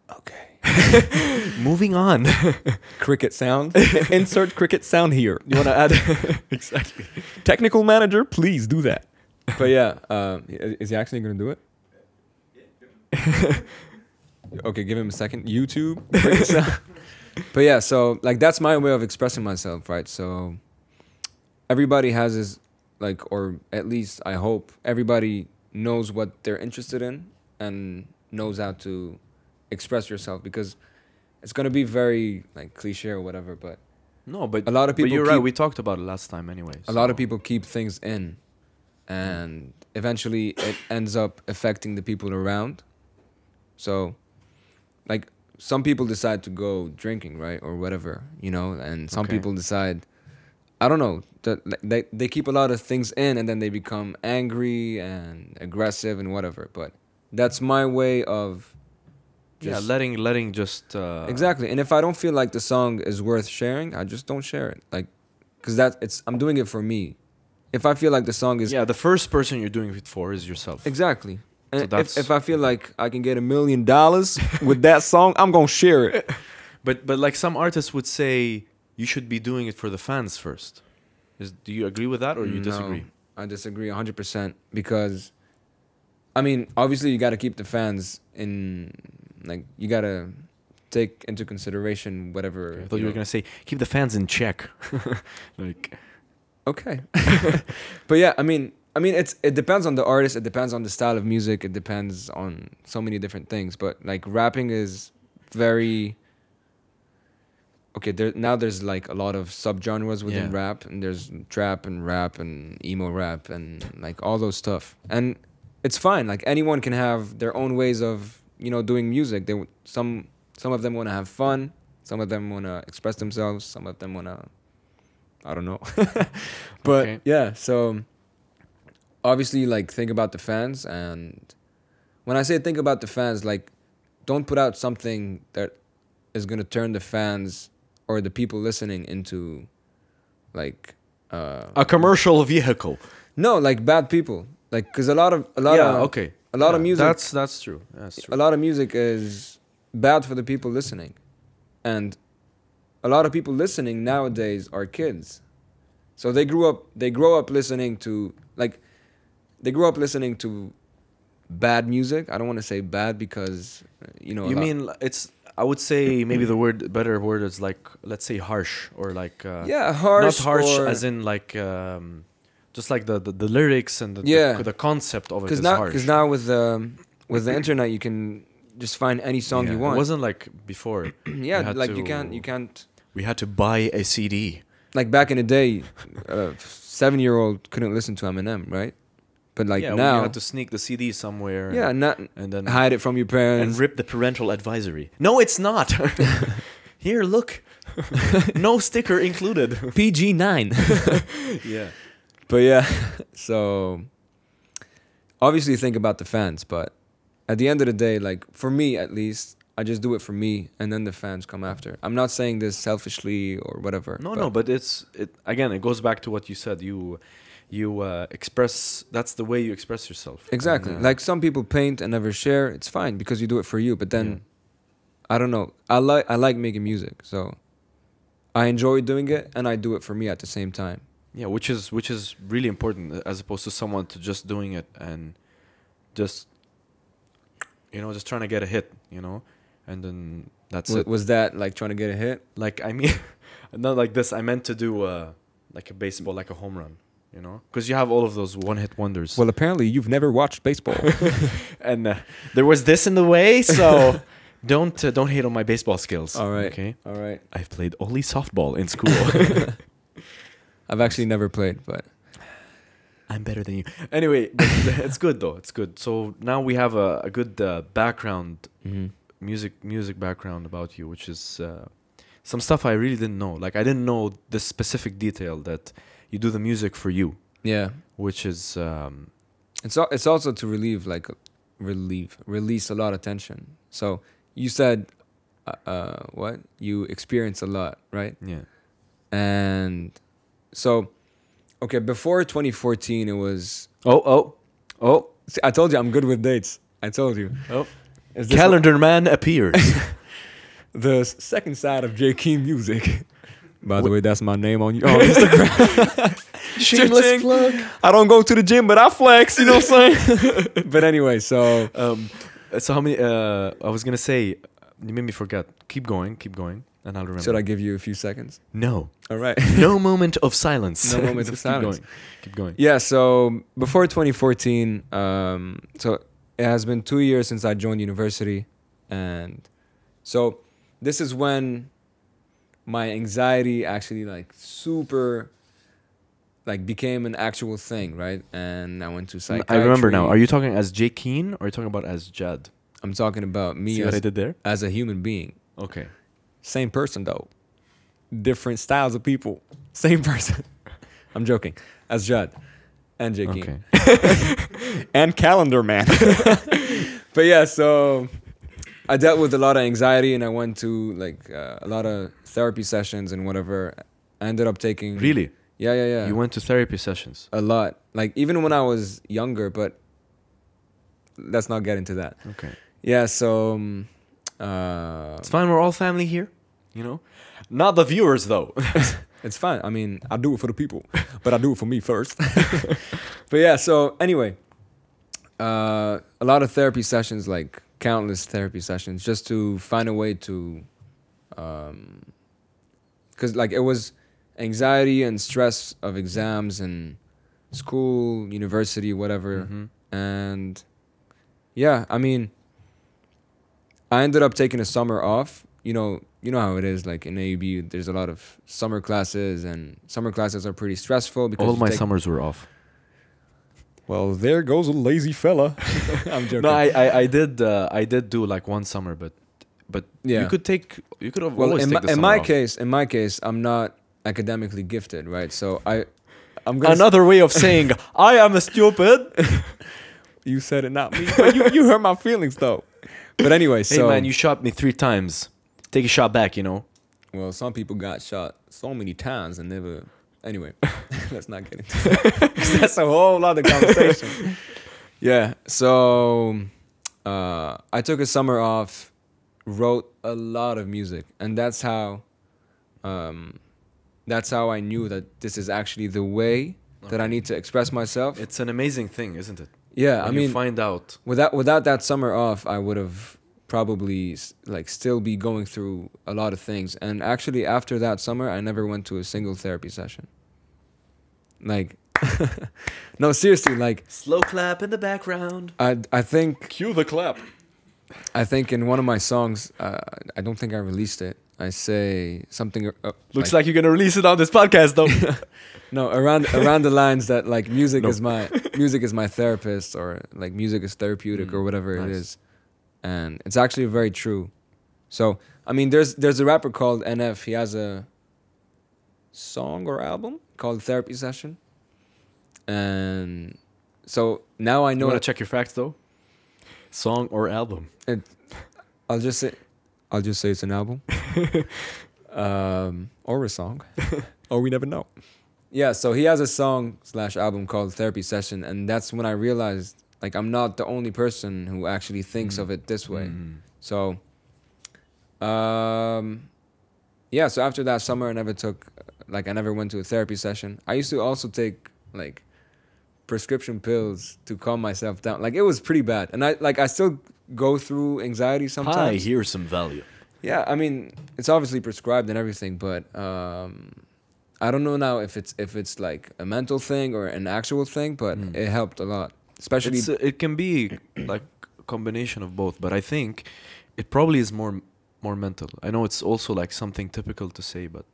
Speaker 2: Okay.
Speaker 1: Moving on.
Speaker 2: Cricket sound. Insert cricket sound here.
Speaker 1: You want to add? exactly.
Speaker 2: Technical manager, please do that. But yeah, um, i- is he actually going to do it? okay, give him a second. YouTube. cricket sound. but yeah, so like that's my way of expressing myself, right? So everybody has his like, or at least I hope everybody knows what they're interested in and knows how to express yourself because it's gonna be very like cliche or whatever, but
Speaker 1: No, but
Speaker 2: A lot of
Speaker 1: but
Speaker 2: people
Speaker 1: you're right.
Speaker 2: keep-
Speaker 1: We talked about it last time, anyway.
Speaker 2: a lot of
Speaker 1: so-
Speaker 2: people keep things in and eventually it ends up affecting the people around so like some people decide to go drinking right or whatever you know and some
Speaker 1: Okay.
Speaker 2: people decide i don't know that like, they, they keep a lot of things in and then they become angry and aggressive and whatever but That's my way of
Speaker 1: yeah, letting letting just uh,
Speaker 2: exactly. And if I don't feel like the song is worth sharing, I just don't share it. Like, cause that it's I'm doing it for me. If I feel like the song is
Speaker 1: Yeah, the first person you're doing it for is yourself.
Speaker 2: exactly, and
Speaker 1: that's-
Speaker 2: if, if I feel like I can get a million dollars with that song, I'm gonna share it.
Speaker 1: But but like some artists would say, you should be doing it for the fans first. Is, do you agree with that or you
Speaker 2: No,
Speaker 1: disagree?
Speaker 2: I disagree 100 percent because, I mean, obviously you got to keep the fans in, like you got to take into consideration whatever.
Speaker 1: I thought you were
Speaker 2: know-
Speaker 1: gonna say keep the fans in check. like
Speaker 2: Okay. but yeah, I mean, I mean, it's it depends on the artist. It depends on the style of music. It depends on so many different things. But like rapping is very okay. There now there's like a lot of subgenres within
Speaker 1: Yeah.
Speaker 2: rap, and there's trap and rap and emo rap and like all those stuff. And it's fine. Like anyone can have their own ways of you know doing music. They w- some some of them want to have fun. Some of them want to express themselves. Some of them want to I don't know. but
Speaker 1: Okay.
Speaker 2: yeah, so obviously like think about the fans and when I say think about the fans, like don't put out something that is gonna turn the fans or the people listening into like uh
Speaker 1: a commercial vehicle.
Speaker 2: no, like bad people. Like because a lot of a lot
Speaker 1: yeah,
Speaker 2: of
Speaker 1: okay.
Speaker 2: a lot of
Speaker 1: Yeah,
Speaker 2: music
Speaker 1: That's that's true. That's true.
Speaker 2: a lot of music is bad for the people listening and a lot of people listening nowadays are kids so they grew up they grow up listening to like they grew up listening to bad music i don't want to say bad because uh, you know a
Speaker 1: you
Speaker 2: lot-
Speaker 1: mean li- it's? I would say maybe the word better word is like let's say harsh or like uh,
Speaker 2: yeah harsh
Speaker 1: not harsh
Speaker 2: or,
Speaker 1: as in like um, just like the, the, the lyrics and the, the-
Speaker 2: Yeah.
Speaker 1: the, concept of it
Speaker 2: because
Speaker 1: is
Speaker 2: now
Speaker 1: harsh.
Speaker 2: because now with um with the internet you can just find any song
Speaker 1: Yeah,
Speaker 2: you want
Speaker 1: It wasn't like before. you
Speaker 2: yeah
Speaker 1: had
Speaker 2: like you
Speaker 1: to-
Speaker 2: can't you can't
Speaker 1: We had to buy a CD.
Speaker 2: like back in the day, a seven year old couldn't listen to Eminem, right? But like
Speaker 1: yeah, we
Speaker 2: now,
Speaker 1: had to sneak the CD somewhere.
Speaker 2: yeah,
Speaker 1: and,
Speaker 2: not
Speaker 1: and then
Speaker 2: hide it from your
Speaker 1: and
Speaker 2: parents.
Speaker 1: rip the parental advisory. No, it's not. Here, look, no sticker included.
Speaker 2: PG nine.
Speaker 1: yeah,
Speaker 2: but yeah, so obviously think about the fans, but at the end of the day, like for me at least, I just do it for me, and then the fans come after. I'm not saying this selfishly or whatever.
Speaker 1: no, no, but it's it again. It goes back to what you said. You you uh, express. That's the way you express yourself.
Speaker 2: Exactly.
Speaker 1: And, uh,
Speaker 2: Like some people paint and never share. It's fine because you do it for you. But then,
Speaker 1: Yeah.
Speaker 2: I don't know. I like I like making music, so I enjoy doing it, and I do it for me at the same time.
Speaker 1: yeah, which is which is really important uh, as opposed to someone to just doing it and just you know just trying to get a hit. You know, and then that's
Speaker 2: Was,
Speaker 1: it.
Speaker 2: was that like trying to get a hit?
Speaker 1: Like I mean, not like this. I meant to do uh, like a baseball, like a home run. You know, because you have all of those one-hit wonders.
Speaker 2: Well, apparently you've never watched baseball.
Speaker 1: and uh, there was this in the way, so don't uh, don't hate on my baseball skills.
Speaker 2: All right.
Speaker 1: Okay.
Speaker 2: All right.
Speaker 1: I've played only softball in school.
Speaker 2: I've actually never played, but
Speaker 1: I'm better than you. Anyway, but it's good though. It's good. So now we have a, a good uh, background, music music background about you, which is uh, some stuff I really didn't know. Like I didn't know the specific detail that you do the music for you,
Speaker 2: yeah,
Speaker 1: which is um,
Speaker 2: it's al- it's also to relieve like relieve release a lot of tension. So you said, uh, uh, what you experience a lot, right?
Speaker 1: yeah.
Speaker 2: and so okay before 2014 it was
Speaker 1: Oh oh oh
Speaker 2: see, i told you i'm good with dates i told you
Speaker 1: oh.
Speaker 2: is this
Speaker 1: Calendar man appears.
Speaker 2: the s- second side of jk music by the way that's my name on, on instagram Cha-ching.
Speaker 1: plug.
Speaker 2: i don't go to the gym but i flex you know what i'm saying but anyway so
Speaker 1: Um, so how many? Uh, I was gonna say, you made me forget. Keep going, keep going, and I'll remember.
Speaker 2: should i give you a few seconds
Speaker 1: No,
Speaker 2: all right
Speaker 1: no moment of silence.
Speaker 2: No moment of
Speaker 1: Just
Speaker 2: silence.
Speaker 1: Keep going. Keep going.
Speaker 2: yeah so before 2014 um, so it has been two years since i joined university and so this is when my anxiety actually like super like became an actual thing right and i went to
Speaker 1: N-
Speaker 2: psychiatry
Speaker 1: I remember now. Are you talking as Jay Keen or are you talking about as Jad?
Speaker 2: i'm talking about me
Speaker 1: See what I
Speaker 2: as,
Speaker 1: did there?
Speaker 2: as a human being
Speaker 1: Okay.
Speaker 2: Same person though. Different styles of people. Same person. I'm joking. As Judd. and J. King. and Calendar Man. but yeah, so I dealt with a lot of anxiety and I went to like uh, a lot of therapy sessions and whatever. I ended up taking
Speaker 1: Really?
Speaker 2: Yeah, yeah, yeah.
Speaker 1: You went to therapy sessions.
Speaker 2: a lot. Like even when I was younger, but let's not get into that.
Speaker 1: Okay.
Speaker 2: Yeah, so um, uh,
Speaker 1: It's fine. We're all family here, you know? Not the viewers, though.
Speaker 2: It's fine. I mean, I do it for the people, but I do it for me first. but yeah, so anyway, uh, a lot of therapy sessions, like countless therapy sessions, just to find a way to, because like it was anxiety and stress of exams and school, university, whatever. And yeah, I mean, I ended up taking a summer off. You know, you know how it is. Like in AUB, there's a lot of summer classes, and summer classes are pretty stressful because
Speaker 1: All
Speaker 2: you
Speaker 1: my
Speaker 2: take-
Speaker 1: summers were off.
Speaker 2: Well, there goes a lazy fella. I'm joking.
Speaker 1: No, I, I, I did uh, I did do like one summer, but but
Speaker 2: Yeah.
Speaker 1: you could take you could have
Speaker 2: well,
Speaker 1: always
Speaker 2: in my,
Speaker 1: take the
Speaker 2: in
Speaker 1: summer
Speaker 2: my
Speaker 1: off.
Speaker 2: case, in my case, I'm not academically gifted, right? So I, I'm gonna.
Speaker 1: Another way of saying I am a stupid.
Speaker 2: you said it, not me. But you, you hurt my feelings though. But anyway,
Speaker 1: Hey
Speaker 2: so
Speaker 1: man, you shot me three times. Take a shot back, you know.
Speaker 2: Well, some people got shot so many times and never. Anyway, let's not get into that. 'Cause that's a whole other conversation. yeah. So uh, I took a summer off, wrote a lot of music, and that's how, um, that's how I knew that this is actually the way that I need to express myself.
Speaker 1: It's an amazing thing, isn't it?
Speaker 2: yeah,
Speaker 1: When
Speaker 2: I mean,
Speaker 1: you find out.
Speaker 2: without without that summer off, I would have probably s- like still be going through a lot of things. And actually, after that summer, I never went to a single therapy session. Like, no, seriously, like
Speaker 1: Slow clap in the background.
Speaker 2: I I think
Speaker 1: Cue the clap.
Speaker 2: I think in one of my songs, uh, I don't think I released it. I say something. Uh,
Speaker 1: Looks like, you're gonna release it on this podcast, though.
Speaker 2: No, around around the lines that like music is my music is my therapist or like music is therapeutic or whatever it
Speaker 1: Mm, nice.
Speaker 2: is, and it's actually very true. So I mean, there's there's a rapper called NF. He has a song or album called Therapy Session, and so now I
Speaker 1: you
Speaker 2: know.
Speaker 1: wanna check your facts, though? Song or album?
Speaker 2: It, I'll just say, I'll just say it's an album, um, or a song, or we never know. Yeah, so he has a song slash album called Therapy Session, and that's when I realized like I'm not the only person who actually thinks of it this way. So, um, yeah. So after that summer, I never took like I never went to a therapy session. I used to also take like prescription pills to calm myself down. Like it was pretty bad, and I like I still go through anxiety sometimes.
Speaker 1: Hi, here's some value.
Speaker 2: Yeah, I mean, it's obviously prescribed and everything, but um, I don't know now if it's if it's like a mental thing or an actual thing, but it helped a lot, especially.
Speaker 1: Hmm. It's, uh, it can be like a combination of both, but I think it probably is more more mental. I know it's also like something typical to say, but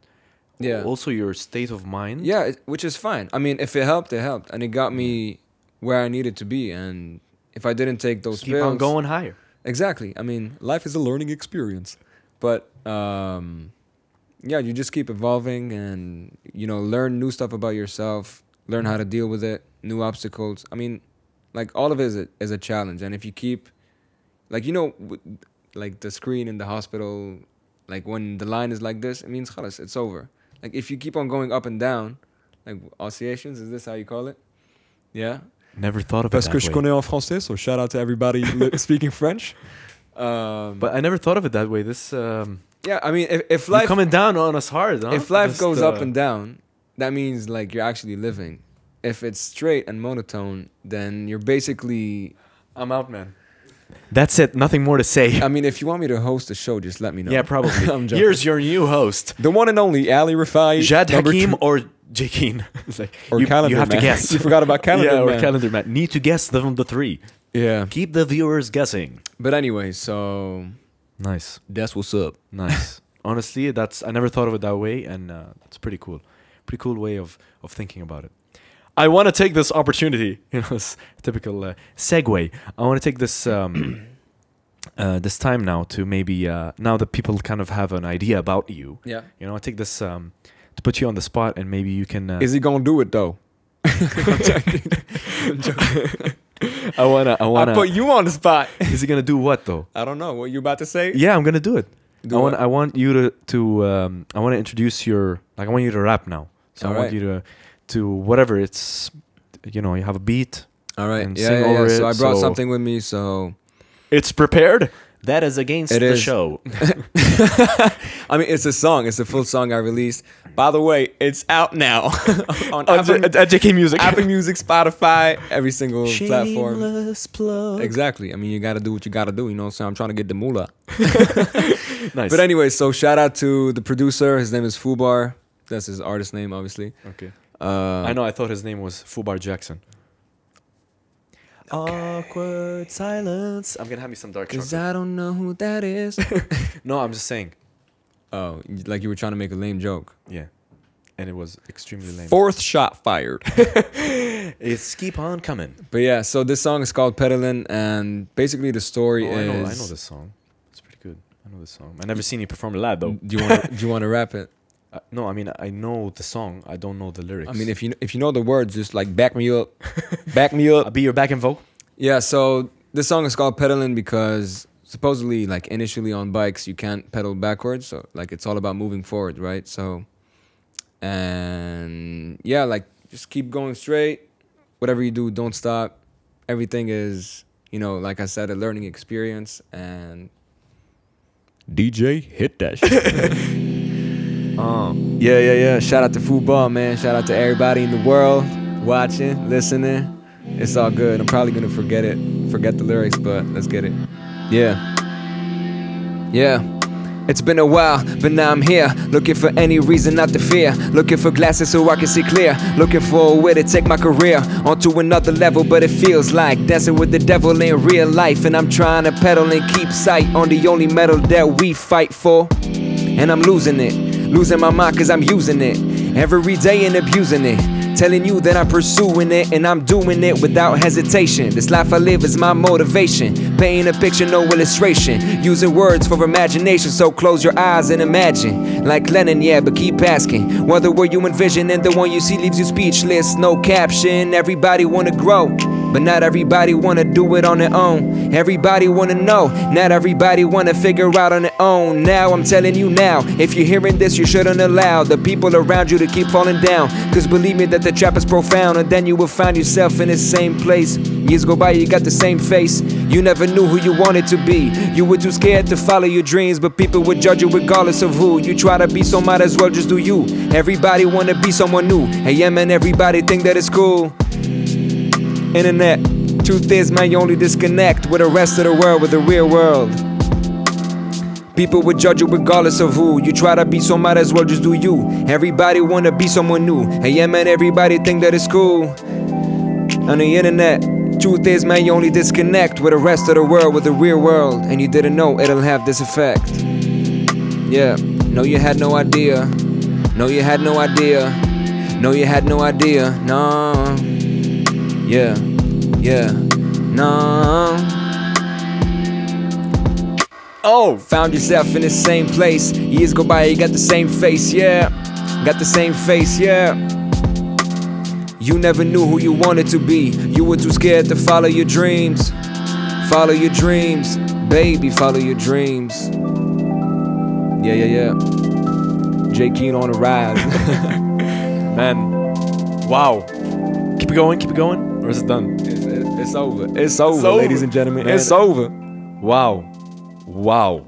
Speaker 2: Yeah.
Speaker 1: also your state of mind.
Speaker 2: yeah, it, which is fine. I mean, if it helped, it helped, and it got me where I needed to be. And if I didn't take those
Speaker 1: just keep
Speaker 2: pills,
Speaker 1: on going higher.
Speaker 2: Exactly. I mean, life is a learning experience, but um, yeah, you just keep evolving and you know learn new stuff about yourself, learn how to deal with it, new obstacles. I mean, like all of it is a, is a challenge, and if you keep, like you know, w- like the screen in the hospital, like when the line is like this, it means خلاص, it's over. Like if you keep on going up and down, like oscillations, is this how you call it? Yeah,
Speaker 1: Never thought of
Speaker 2: Parce
Speaker 1: it
Speaker 2: que
Speaker 1: that
Speaker 2: je
Speaker 1: way.
Speaker 2: connais en français, so shout out to everybody li- speaking French. Um,
Speaker 1: But I never thought of it that way. This um,
Speaker 2: yeah, I mean, if, if
Speaker 1: you're
Speaker 2: life
Speaker 1: coming down on us hard. Huh?
Speaker 2: if life
Speaker 1: Just,
Speaker 2: goes
Speaker 1: uh,
Speaker 2: up and down, that means like you're actually living. If it's straight and monotone, then you're basically.
Speaker 1: I'm out, man. That's it. Nothing more to say.
Speaker 2: I mean, if you want me to host a show, just let me know.
Speaker 1: Yeah, probably.
Speaker 2: I'm joking.
Speaker 1: Here's your new host,
Speaker 2: the one and only Ali Rafai.
Speaker 1: Jad
Speaker 2: number
Speaker 1: Hakim
Speaker 2: two-
Speaker 1: or Jakin. It's like,
Speaker 2: or
Speaker 1: you,
Speaker 2: Calendar
Speaker 1: you have
Speaker 2: Man.
Speaker 1: to guess.
Speaker 2: you forgot about Calendar
Speaker 1: yeah, or
Speaker 2: Man.
Speaker 1: Calendar Man. Need to guess the, the three.
Speaker 2: yeah.
Speaker 1: Keep the viewers guessing.
Speaker 2: But anyway, so
Speaker 1: Nice,
Speaker 2: that's what's up.
Speaker 1: nice. Honestly, that's I never thought of it that way, and uh, it's pretty cool. Pretty cool way of of thinking about it. I want to take this opportunity, you know, it's a typical uh, segue. I want to take this um, uh, this time now to maybe uh, now that people kind of have an idea about you.
Speaker 2: Yeah.
Speaker 1: You know, I take this um, to put you on the spot, and maybe you can. Uh,
Speaker 2: Is he gonna do it though? I'm joking. I'm joking.
Speaker 1: I wanna. I wanna.
Speaker 2: I put you on the spot.
Speaker 1: is he gonna do what though?
Speaker 2: I don't know what you about to say.
Speaker 1: Yeah, I'm gonna do it.
Speaker 2: Do
Speaker 1: I want.
Speaker 2: what?
Speaker 1: I want you to to. Um, I want to introduce your. Like I want you to rap now. So I want
Speaker 2: Alright.
Speaker 1: you to to whatever it's. You know, you have a beat.
Speaker 2: All right.
Speaker 1: And
Speaker 2: Yeah,
Speaker 1: sing
Speaker 2: yeah, yeah.
Speaker 1: over
Speaker 2: so
Speaker 1: it,
Speaker 2: I brought
Speaker 1: so-
Speaker 2: something with me. So
Speaker 1: It's prepared. That is against
Speaker 2: It
Speaker 1: the
Speaker 2: is.
Speaker 1: show.
Speaker 2: I mean, it's a song. It's a full song I released. By the way, it's out now on
Speaker 1: At
Speaker 2: Apple,
Speaker 1: J- at JK Music.
Speaker 2: Apple Music, Spotify, every single platform.
Speaker 1: Shameless plug.
Speaker 2: Exactly. I mean, you gotta do what you gotta do. You know what I'm saying? I'm trying to get the moolah.
Speaker 1: Nice.
Speaker 2: But anyway, so shout out to the producer. His name is Fubar. That's his artist name, obviously.
Speaker 1: okay.
Speaker 2: Uh,
Speaker 1: I know. I thought his name was Fubar Jackson. Awkward silence. I'm gonna have me some dark
Speaker 2: Cause
Speaker 1: chocolate.
Speaker 2: I don't know who that is.
Speaker 1: No, I'm just saying.
Speaker 2: oh, like you were trying to make a lame joke.
Speaker 1: Yeah, and it was extremely lame.
Speaker 2: Fourth shot fired.
Speaker 1: It's keep on coming.
Speaker 2: but yeah, so this song is called Pedalin, and basically the story
Speaker 1: Oh, I
Speaker 2: is.
Speaker 1: know. I know this song. It's pretty good. I know this song. I never seen you perform live though.
Speaker 2: Do you want? Do you want to rap it?
Speaker 1: Uh, no, I mean I know the song. I don't know the lyrics.
Speaker 2: I mean, if you if you know the words, just like back me up, back me
Speaker 1: I'll
Speaker 2: up.
Speaker 1: be your back and vocal.
Speaker 2: Yeah. So this song is called Pedaling because supposedly, like initially on bikes, you can't pedal backwards. So like it's all about moving forward, right? So, and yeah, like just keep going straight. Whatever you do, don't stop. Everything is, you know, like I said, a learning experience. And DJ, hit that. shit.
Speaker 1: Oh,
Speaker 2: Yeah, yeah, yeah. Shout out to Football, man. Shout out to everybody in the world watching, listening. It's all good. I'm probably gonna forget it, forget the lyrics, but let's get it. Yeah. Yeah. It's been a while, but now I'm here. Looking for any reason not to fear. Looking for glasses so I can see clear. Looking for a way to take my career onto another level, but it feels like dancing with the devil in real life. And I'm trying to pedal and keep sight on the only metal that we fight for. And I'm losing it. Losing my mind cause I'm using it. Every day and abusing it. Telling you that I'm pursuing it and I'm doing it without hesitation. This life I live is my motivation. Painting a picture, no illustration. Using words for imagination, so close your eyes and imagine. Like Lennon, yeah, but keep asking. Whether were you envision and the one you see leaves you speechless. No caption, everybody wanna grow. But not everybody wanna do it on their own. Everybody wanna know. Not everybody wanna figure out on their own. Now I'm telling you now, if you're hearing this, you shouldn't allow the people around you to keep falling down. Cause believe me that the trap is profound, and then you will find yourself in the same place. Years go by, you got the same face. You never knew who you wanted to be. You were too scared to follow your dreams, but people would judge you regardless of who. You try to be so might as well just do you. Everybody wanna be someone new. Hey yeah, man, everybody think that it's cool internet. Truth is, man, you only disconnect with the rest of the world, with the real world. People would judge you regardless of who you try to be, so might as well just do you. Everybody wanna be someone new. Hey, yeah, man, everybody think that it's cool on the internet. Truth is, man, you only disconnect with the rest of the world, with the real world, and you didn't know it'll have this effect. Yeah, no, you had no idea. No, you had no idea. No, you had no idea. No. Yeah, yeah, no. Oh, found yourself in the same place. Years go by, you got the same face, yeah. Got the same face, yeah. You never knew who you wanted to be. You were too scared to follow your dreams. Follow your dreams, baby, follow your dreams. Yeah, yeah, yeah. Jay Keen on the ride.
Speaker 1: man, wow. Keep it going. Keep it going. Or is it done?
Speaker 2: it's, it's over. It's over,
Speaker 1: ladies and gentlemen.
Speaker 2: It's over.
Speaker 1: Wow, wow.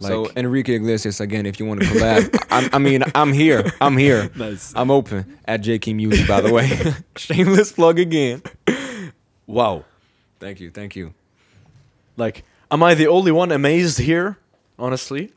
Speaker 1: Like,
Speaker 2: so Enrique Iglesias again, if you want to collab, I'm, I mean, I'm here. I'm here.
Speaker 1: Nice.
Speaker 2: I'm open at JK Music, by the way. Shameless plug again.
Speaker 1: wow.
Speaker 2: Thank you, thank you.
Speaker 1: Like, am I the only one amazed here? Honestly,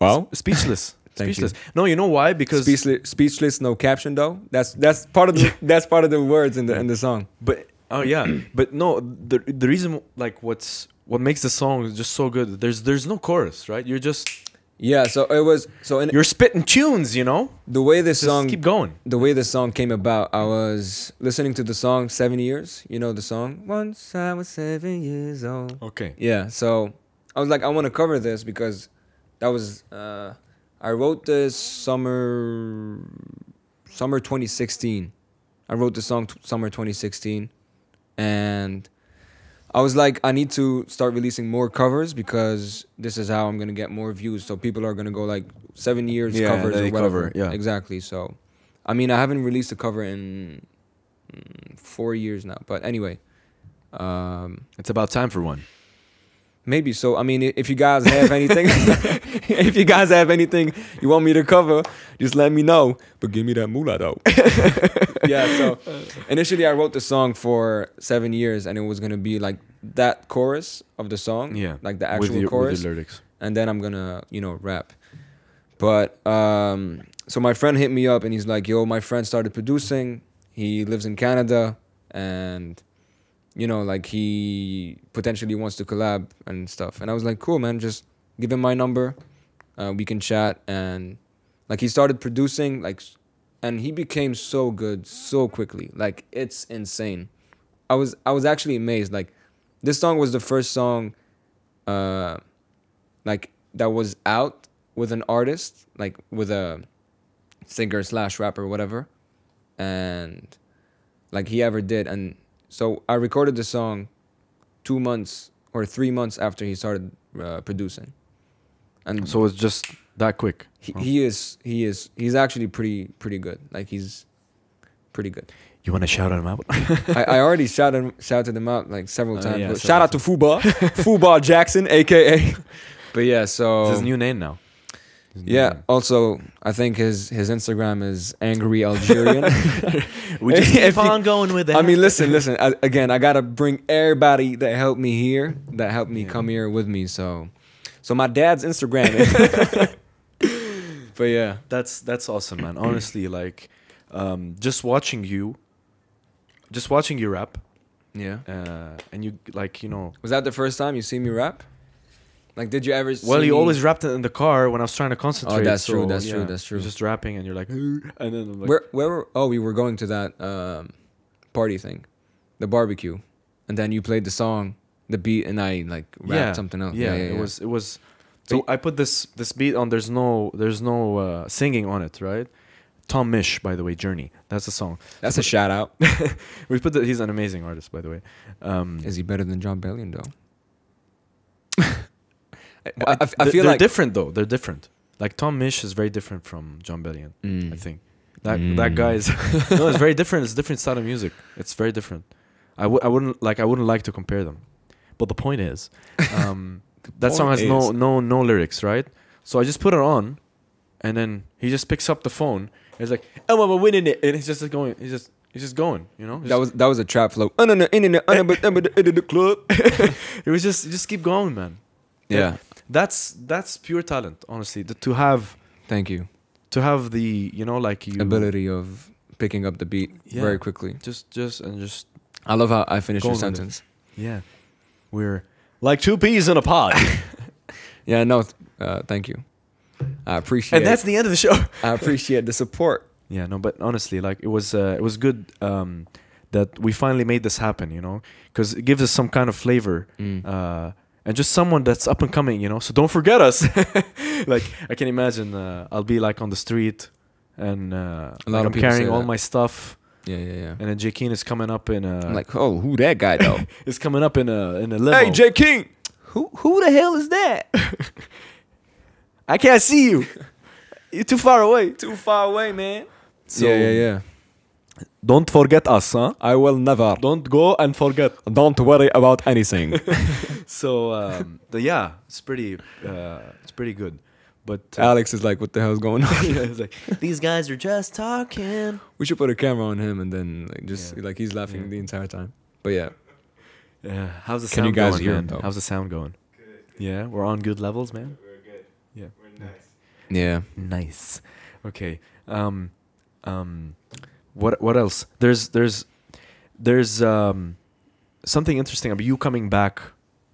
Speaker 2: Wow.
Speaker 1: speechless.
Speaker 2: Thank you.
Speaker 1: speechless. No, you know why? Because
Speaker 2: Speechless, speechless, no caption though. That's that's part of the that's part of the words in the in the song.
Speaker 1: But oh yeah, but no, the the reason like what's what makes the song just so good. There's there's no chorus, right? You're just
Speaker 2: Yeah. So it was so in
Speaker 1: you're spitting tunes, you know.
Speaker 2: the way this
Speaker 1: Just
Speaker 2: song
Speaker 1: keep going.
Speaker 2: the way the song came about, I was listening to the song Seven Years. You know the song. Once I was seven years old.
Speaker 1: Okay.
Speaker 2: Yeah, so I was like, I want to cover this because that was uh, I wrote this summer, summer 2016. I wrote the song t- summer 2016, and I was like, I need to start releasing more covers because this is how I'm gonna get more views. So people are gonna go like seven years
Speaker 1: Yeah,
Speaker 2: covers
Speaker 1: they
Speaker 2: or whatever.
Speaker 1: cover, yeah.
Speaker 2: exactly. So, I mean, I haven't released a cover in mm, four years now. But anyway, um,
Speaker 1: It's about time for one.
Speaker 2: Maybe so. I mean, i- if you guys have anything, if you guys have anything you want me to cover, just let me know. But give me that moolah though. yeah. So initially, I wrote the song for seven years, and it was gonna be like that chorus of the song,
Speaker 1: Yeah.
Speaker 2: like the
Speaker 1: with
Speaker 2: actual
Speaker 1: the, with
Speaker 2: chorus,
Speaker 1: the lyrics.
Speaker 2: and then I'm gonna, you know, rap. But um, so my friend hit me up and he's like, "Yo, my friend started producing. He lives in Canada, and you know, like he potentially wants to collab and stuff." And I was like, "Cool, man. Just give him my number. Uh, we can chat." And like he started producing, like, s- and he became so good so quickly. Like it's insane. I was I was actually amazed. Like this song was the first song. Uh, like that was out with an artist, like with a singer slash rapper, whatever, and like he ever did. And so I recorded the song two months or three months after he started uh, producing, and
Speaker 1: So it's just that quick.
Speaker 2: he, he is he is he's actually pretty pretty good. Like he's pretty good.
Speaker 1: You want to shout him out?
Speaker 2: I, I already shouted shouted him out like several
Speaker 1: Uh,
Speaker 2: times.
Speaker 1: yeah,
Speaker 2: but
Speaker 1: so
Speaker 2: shout out to
Speaker 1: that's-
Speaker 2: Fuba, Fuba Jackson, aka. But yeah, so
Speaker 1: it's his new name now. His new
Speaker 2: Yeah. Also, I think his his Instagram is angry Algerian.
Speaker 1: name. We just
Speaker 2: If
Speaker 1: keep
Speaker 2: you-
Speaker 1: on going with that.
Speaker 2: I mean, listen, listen. I, again, I gotta bring everybody that helped me here, that helped me come here with me. So, so my dad's Instagram. is- but yeah,
Speaker 1: that's that's awesome, man. Honestly, like, um, just watching you, just watching you rap,
Speaker 2: yeah.
Speaker 1: uh, and you like, you know.
Speaker 2: Was that the first time you see me rap? Like, did you ever?
Speaker 1: Well,
Speaker 2: see
Speaker 1: you
Speaker 2: me-
Speaker 1: always rapped in the car when I was trying to concentrate.
Speaker 2: that's true,
Speaker 1: so,
Speaker 2: that's true,
Speaker 1: yeah,
Speaker 2: that's
Speaker 1: you're
Speaker 2: true.
Speaker 1: Just rapping, and you're like, and then I'm like,
Speaker 2: where where were? Oh, we were going to that um, party thing, the barbecue, and then you played the song, the beat, and I like rapped something else.
Speaker 1: Yeah, it was it was. So I put this this beat on. There's no there's no uh, singing on it, right? Tom Mish, by the way, Journey. That's the song.
Speaker 2: That's a shout out.
Speaker 1: We put that. He's an amazing artist, by the way. Um,
Speaker 2: Is he better than John Bellion though? I,
Speaker 1: but
Speaker 2: I- I
Speaker 1: th-
Speaker 2: feel
Speaker 1: eh, they're
Speaker 2: like
Speaker 1: different though. They're different. Like Tom Mish is very different from John Bellion. I think that that
Speaker 2: Mm.
Speaker 1: guy is no. It's very different. It's a different style of music. It's very different. I w- I wouldn't like I wouldn't like to compare them. But the point is, um, that song has
Speaker 2: point
Speaker 1: no
Speaker 2: is-
Speaker 1: no no lyrics, right? So I just put it on, and then he just picks up the phone. And he's like, "Oh, I'm winning it," and he's just going. He's just he's just going. You know,
Speaker 2: that was that was a trap flow. Uh, no, no, in, in, uh, uh, but, uh, but, uh, the club.
Speaker 1: it was just just keep going, man.
Speaker 2: Yeah.
Speaker 1: that's that's pure talent, honestly. th- to have
Speaker 2: Thank you.
Speaker 1: to have the you know like you
Speaker 2: Ability of picking up the beat
Speaker 1: Yeah.
Speaker 2: very quickly.
Speaker 1: just just and just
Speaker 2: I love how I finished your
Speaker 1: Golden.
Speaker 2: sentence.
Speaker 1: yeah, we're like two peas in a pod,
Speaker 2: Yeah, no, th- uh, thank you. I appreciate.
Speaker 1: and that's the end of the show.
Speaker 2: I appreciate the support.
Speaker 1: Yeah, no, but honestly, like it was, uh, it was good um, that we finally made this happen. You know, because it gives us some kind of flavor,
Speaker 2: Mm.
Speaker 1: uh, and just someone that's up and coming. You know, so don't forget us. like I can imagine, uh, I'll be like on the street, and uh,
Speaker 2: A lot
Speaker 1: like,
Speaker 2: of
Speaker 1: I'm
Speaker 2: people
Speaker 1: carrying
Speaker 2: say
Speaker 1: all
Speaker 2: that.
Speaker 1: my stuff,
Speaker 2: Yeah, yeah, yeah.
Speaker 1: and then Jay Keen is coming up in a,
Speaker 2: I'm like, oh, who that guy though?
Speaker 1: is coming up in a in a limo.
Speaker 2: hey, J King. Who who the hell is that?
Speaker 1: I can't see you. You're too far away.
Speaker 2: Too far away, man.
Speaker 1: So-
Speaker 2: yeah, yeah, yeah.
Speaker 1: Don't forget us, huh?
Speaker 2: I will never.
Speaker 1: Don't go and forget.
Speaker 2: Don't worry about anything.
Speaker 1: So um, the, yeah, it's pretty, uh, it's pretty good. But uh,
Speaker 2: Alex is like, what the hell's going on?
Speaker 1: yeah, it's like, these guys are just talking.
Speaker 2: we should put a camera on him and then like just
Speaker 1: Yeah.
Speaker 2: like he's laughing
Speaker 1: Yeah.
Speaker 2: the entire time. But yeah,
Speaker 1: Yeah, how's the
Speaker 2: Can
Speaker 1: sound
Speaker 2: you guys
Speaker 1: going,
Speaker 2: hear
Speaker 1: man?
Speaker 2: him, though?
Speaker 1: How's the sound going? Yeah, we're on good levels, man. We're good. Yeah.
Speaker 2: yeah.
Speaker 1: Nice. Okay. Um, um, what what else? There's there's there's um, something interesting about you coming back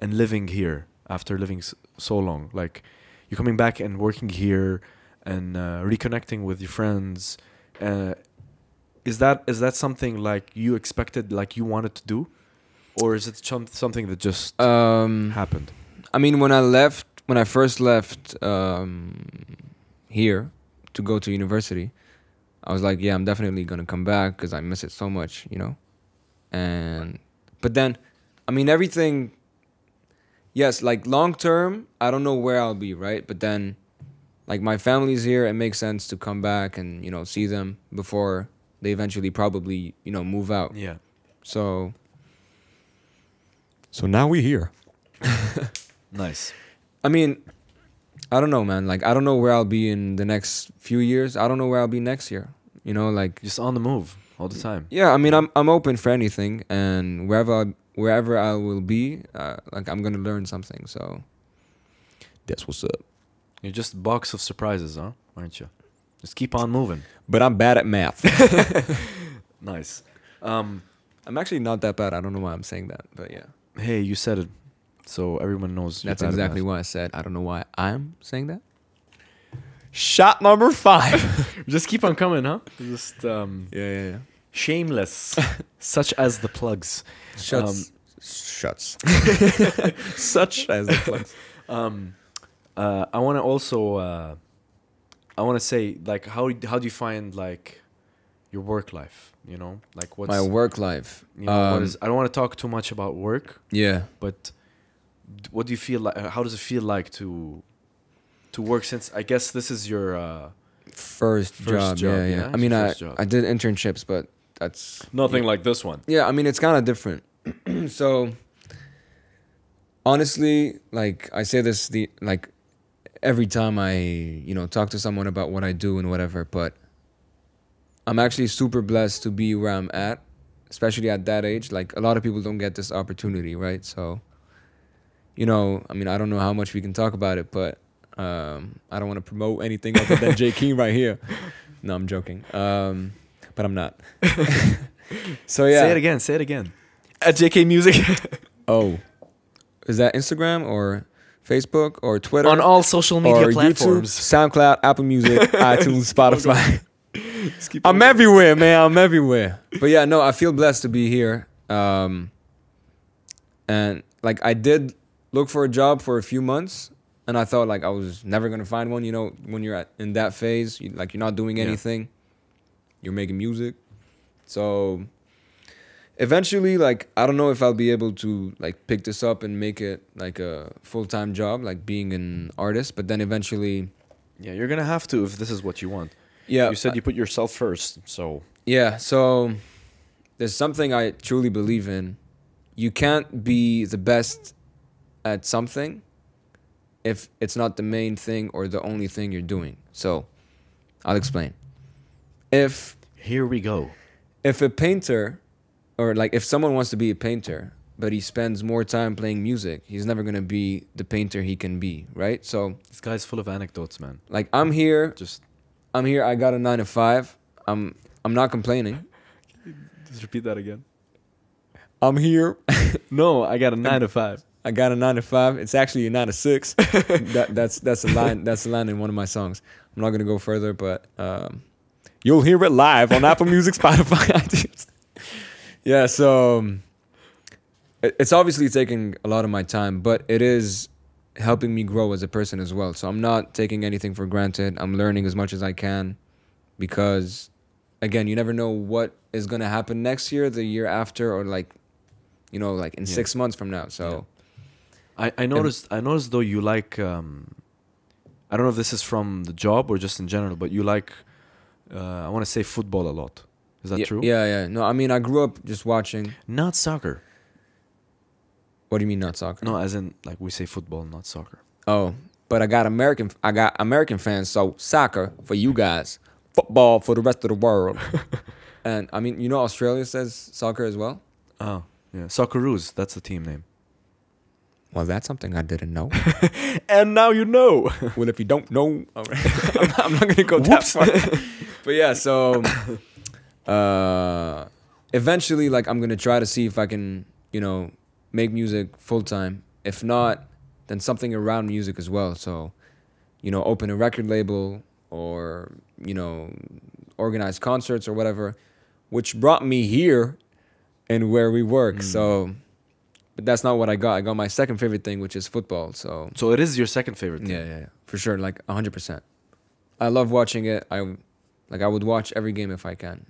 Speaker 1: and living here after living s- so long. Like you coming back and working here and uh, reconnecting with your friends. Uh, is that is that something like you expected, like you wanted to do, or is it chum- something that just
Speaker 2: Um,
Speaker 1: happened?
Speaker 2: I mean, when I left, when I first left um, here to go to university, I was like, yeah, I'm definitely gonna come back because I miss it so much, you know. And but then, I mean, everything. Yes, like long term, I don't know where I'll be, right? But then, like my family's here, it makes sense to come back and you know see them before they eventually probably you know move out.
Speaker 1: Yeah.
Speaker 2: So. So now we here.
Speaker 1: Nice.
Speaker 2: I mean, I don't know, man. Like, I don't know where I'll be in the next few years. I don't know where I'll be next year. You know, like,
Speaker 1: Just on the move all the time.
Speaker 2: yeah. I mean, I'm I'm open for anything, and wherever I, wherever I will be, uh, like, I'm gonna learn something. So that's what's up.
Speaker 1: You're just a box of surprises, huh? Aren't you? Just keep on moving.
Speaker 2: But I'm bad at math.
Speaker 1: Nice. Um,
Speaker 2: I'm actually not that bad. I don't know why I'm saying that, but yeah,
Speaker 1: hey, you said it, so everyone knows. you're
Speaker 2: that's
Speaker 1: bad at
Speaker 2: exactly
Speaker 1: math.
Speaker 2: why I said. I don't know why I'm saying that. Shot number five.
Speaker 1: Just keep on coming, huh? Just um,
Speaker 2: yeah, yeah, yeah.
Speaker 1: shameless, such as the plugs.
Speaker 2: Shuts. shuts. Such as the place.
Speaker 1: Um, uh, I want to also, uh, I want to say, like, how how do you find like your work life? You know, like what's
Speaker 2: My work life.
Speaker 1: you know, what
Speaker 2: Um,
Speaker 1: is, I don't want to talk too much about work,
Speaker 2: Yeah.
Speaker 1: but d- what do you feel like? How does it feel like to to work? Since I guess this is your uh,
Speaker 2: First,
Speaker 1: First
Speaker 2: job.
Speaker 1: job,
Speaker 2: Yeah, yeah.
Speaker 1: yeah,
Speaker 2: I
Speaker 1: it's
Speaker 2: mean,
Speaker 1: your
Speaker 2: I,
Speaker 1: first job.
Speaker 2: I did internships, but that's
Speaker 1: nothing like this one.
Speaker 2: yeah. I mean, it's kind of different. so honestly, like I say this the like every time I you know talk to someone about what I do and whatever, but I'm actually super blessed to be where I'm at, especially at that age. Like a lot of people don't get this opportunity, right? So you know, I mean, I don't know how much we can talk about it, but um, I don't want to promote anything other than Jay King right here. No, I'm joking. Um, but I'm not. so yeah.
Speaker 1: Say it again. Say it again. At JK Music
Speaker 2: Oh, is that Instagram or Facebook or Twitter
Speaker 1: on all social media
Speaker 2: or
Speaker 1: platforms. Oh,
Speaker 2: YouTube, SoundCloud, Apple Music, iTunes, Spotify? I'm everywhere, man. I'm everywhere. But yeah, no, I feel blessed to be here. Um, and like I did look for a job for a few months, and I thought like I was never gonna find one. You know, when you're at, in that phase, you, like you're not doing
Speaker 1: Yeah.
Speaker 2: anything, you're making music. So eventually, like I don't know if I'll be able to like pick this up and make it like a full time job, like being an artist. But then eventually,
Speaker 1: Yeah, you're gonna have to if this is what you want.
Speaker 2: yeah,
Speaker 1: you said you put yourself first, so
Speaker 2: Yeah, so there's something I truly believe in. You can't be the best at something if it's not the main thing or the only thing you're doing. So I'll explain. If
Speaker 1: here we go.
Speaker 2: if a painter or like if someone wants to be a painter but he spends more time playing music, he's never going to be the painter he can be, right? So
Speaker 1: This guy's full of anecdotes, man.
Speaker 2: like I'm here,
Speaker 1: Just,
Speaker 2: I'm here, I got a 9 to 5. I'm I'm not complaining.
Speaker 1: just repeat that again.
Speaker 2: I'm here.
Speaker 1: No, I got a nine to five.
Speaker 2: I got a nine to five. It's actually a nine to six. that, that's that's a line. That's a line in one of my songs. I'm not gonna go further, but um, you'll hear it live on Apple Music, Spotify, iTunes. Yeah, so um, it- it's obviously taking a lot of my time, but it is helping me grow as a person as well. So I'm not taking anything for granted. I'm learning as much as I can because, again, you never know what is gonna happen next year, the year after, or like, you know, like in
Speaker 1: Yeah.
Speaker 2: six months from now. So.
Speaker 1: Yeah. I, I noticed. I noticed though you like. Um, I don't know if this is from the job or just in general, but you like. Uh, I want to say football a lot. Is that
Speaker 2: yeah,
Speaker 1: true?
Speaker 2: Yeah, yeah. No, I mean, I grew up just watching.
Speaker 1: Not soccer.
Speaker 2: What do you mean, not soccer?
Speaker 1: No, as in like we say football, not soccer.
Speaker 2: Oh, but I got American. I got American fans. So soccer for you guys, football for the rest of the world. and I mean, you know, Australia says soccer as well.
Speaker 1: Oh, yeah. Socceroos. That's the team name.
Speaker 2: Well, that's something I didn't know.
Speaker 1: And now you know.
Speaker 2: well, if you don't know, all right. I'm, not, I'm not gonna go that far. but yeah, so uh, eventually, like, I'm gonna try to see if I can, you know, make music full time. If not, then something around music as well. So, you know, open a record label or you know, organize concerts or whatever, which brought me here and where we work. So. But that's not what I got. I got my second favorite thing, which is football. So
Speaker 1: so it is your second favorite. Team.
Speaker 2: yeah, yeah, yeah, for sure, like hundred percent. I love watching it. I Like I would watch every game if I can.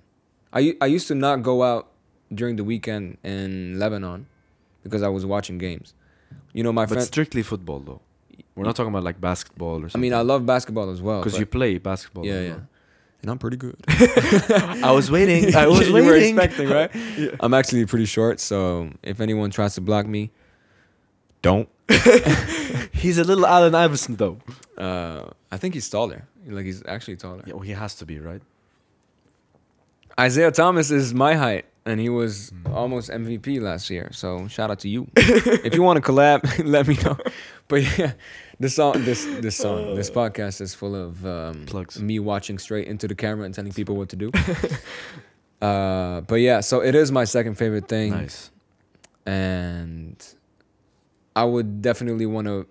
Speaker 2: I I used to not go out during the weekend in Lebanon because I was watching games. You know, my
Speaker 1: But
Speaker 2: friend.
Speaker 1: strictly football, though. We're not talking about like basketball or
Speaker 2: I
Speaker 1: something.
Speaker 2: mean, I love basketball as well.
Speaker 1: because
Speaker 2: but-
Speaker 1: you play basketball.
Speaker 2: yeah,
Speaker 1: as
Speaker 2: yeah.
Speaker 1: well.
Speaker 2: And I'm pretty good.
Speaker 1: I was waiting. I was
Speaker 2: you
Speaker 1: waiting.
Speaker 2: were expecting, right? I'm actually pretty short, so if anyone tries to block me, don't.
Speaker 1: He's a little Allen Iverson, though.
Speaker 2: Uh, I think he's taller. Like he's actually taller.
Speaker 1: Yeah, well, he has to be, right?
Speaker 2: Isaiah Thomas is my height, and he was almost MVP last year. So shout out to you. if you want to collab, let me know. But yeah, this song, this this song, this podcast is full of um,
Speaker 1: Oh. Plugs.
Speaker 2: Me watching straight into the camera and telling people what to do. uh, but yeah, so it is my second favorite thing.
Speaker 1: Nice.
Speaker 2: and I would definitely want to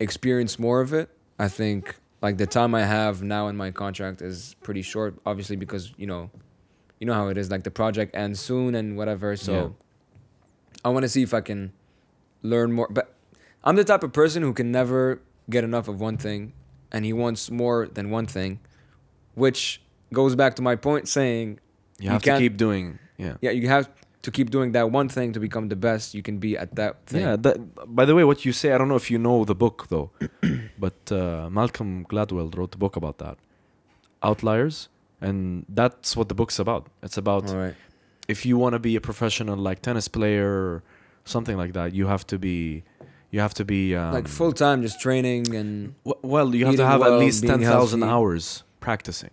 Speaker 2: experience more of it. I think like the time I have now in my contract is pretty short, obviously because you know, you know how it is. Like the project ends soon and whatever, so
Speaker 1: Yeah.
Speaker 2: I want to see if I can learn more. But I'm the type of person who can never get enough of one thing, and he wants more than one thing, which goes back to my point saying
Speaker 1: You,
Speaker 2: You
Speaker 1: have to
Speaker 2: can't-
Speaker 1: keep doing. Yeah.
Speaker 2: yeah, you have to keep doing that one thing to become the best you can be at that thing.
Speaker 1: Yeah. That, by the way, what you say, I don't know if you know the book though, but uh, Malcolm Gladwell wrote a book about that, Outliers, and that's what the book's about. It's about
Speaker 2: All right.
Speaker 1: if you want to be a professional like tennis player or something like that, you have to be, you have to be um,
Speaker 2: like full time, just training and
Speaker 1: w- well, you have to
Speaker 2: eating
Speaker 1: have
Speaker 2: well,
Speaker 1: at least
Speaker 2: being
Speaker 1: ten thousand
Speaker 2: healthy. Oh,
Speaker 1: hours practicing.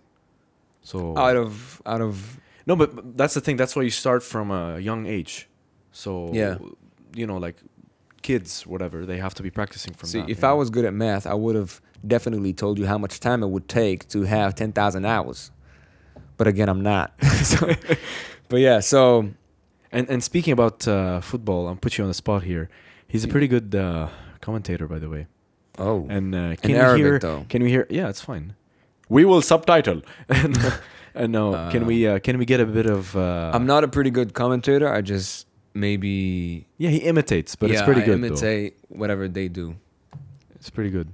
Speaker 1: So
Speaker 2: out of out of
Speaker 1: No, but but that's the thing. That's why you start from a young age. So
Speaker 2: Yeah.
Speaker 1: you know, like kids, whatever, they have to be practicing from.
Speaker 2: see.
Speaker 1: that,
Speaker 2: if
Speaker 1: you
Speaker 2: I
Speaker 1: know?
Speaker 2: was good at math, I would have definitely told you how much time it would take to have ten thousand hours. But again, I'm not. so, but yeah, so
Speaker 1: and and speaking about uh, football, I'll put you on the spot here. He's a pretty good uh, commentator, by the way.
Speaker 2: oh,
Speaker 1: And uh, can
Speaker 2: in
Speaker 1: we
Speaker 2: Arabic
Speaker 1: hear?
Speaker 2: though.
Speaker 1: Can we hear? Yeah, it's fine. We will subtitle. and uh, no, can
Speaker 2: Uh,
Speaker 1: we? Uh, can we get a bit of? Uh,
Speaker 2: I'm not a pretty good commentator. I just maybe,
Speaker 1: yeah, he imitates, but it's
Speaker 2: Yeah,
Speaker 1: pretty
Speaker 2: I
Speaker 1: good. though.
Speaker 2: Imitate whatever they do.
Speaker 1: It's pretty good.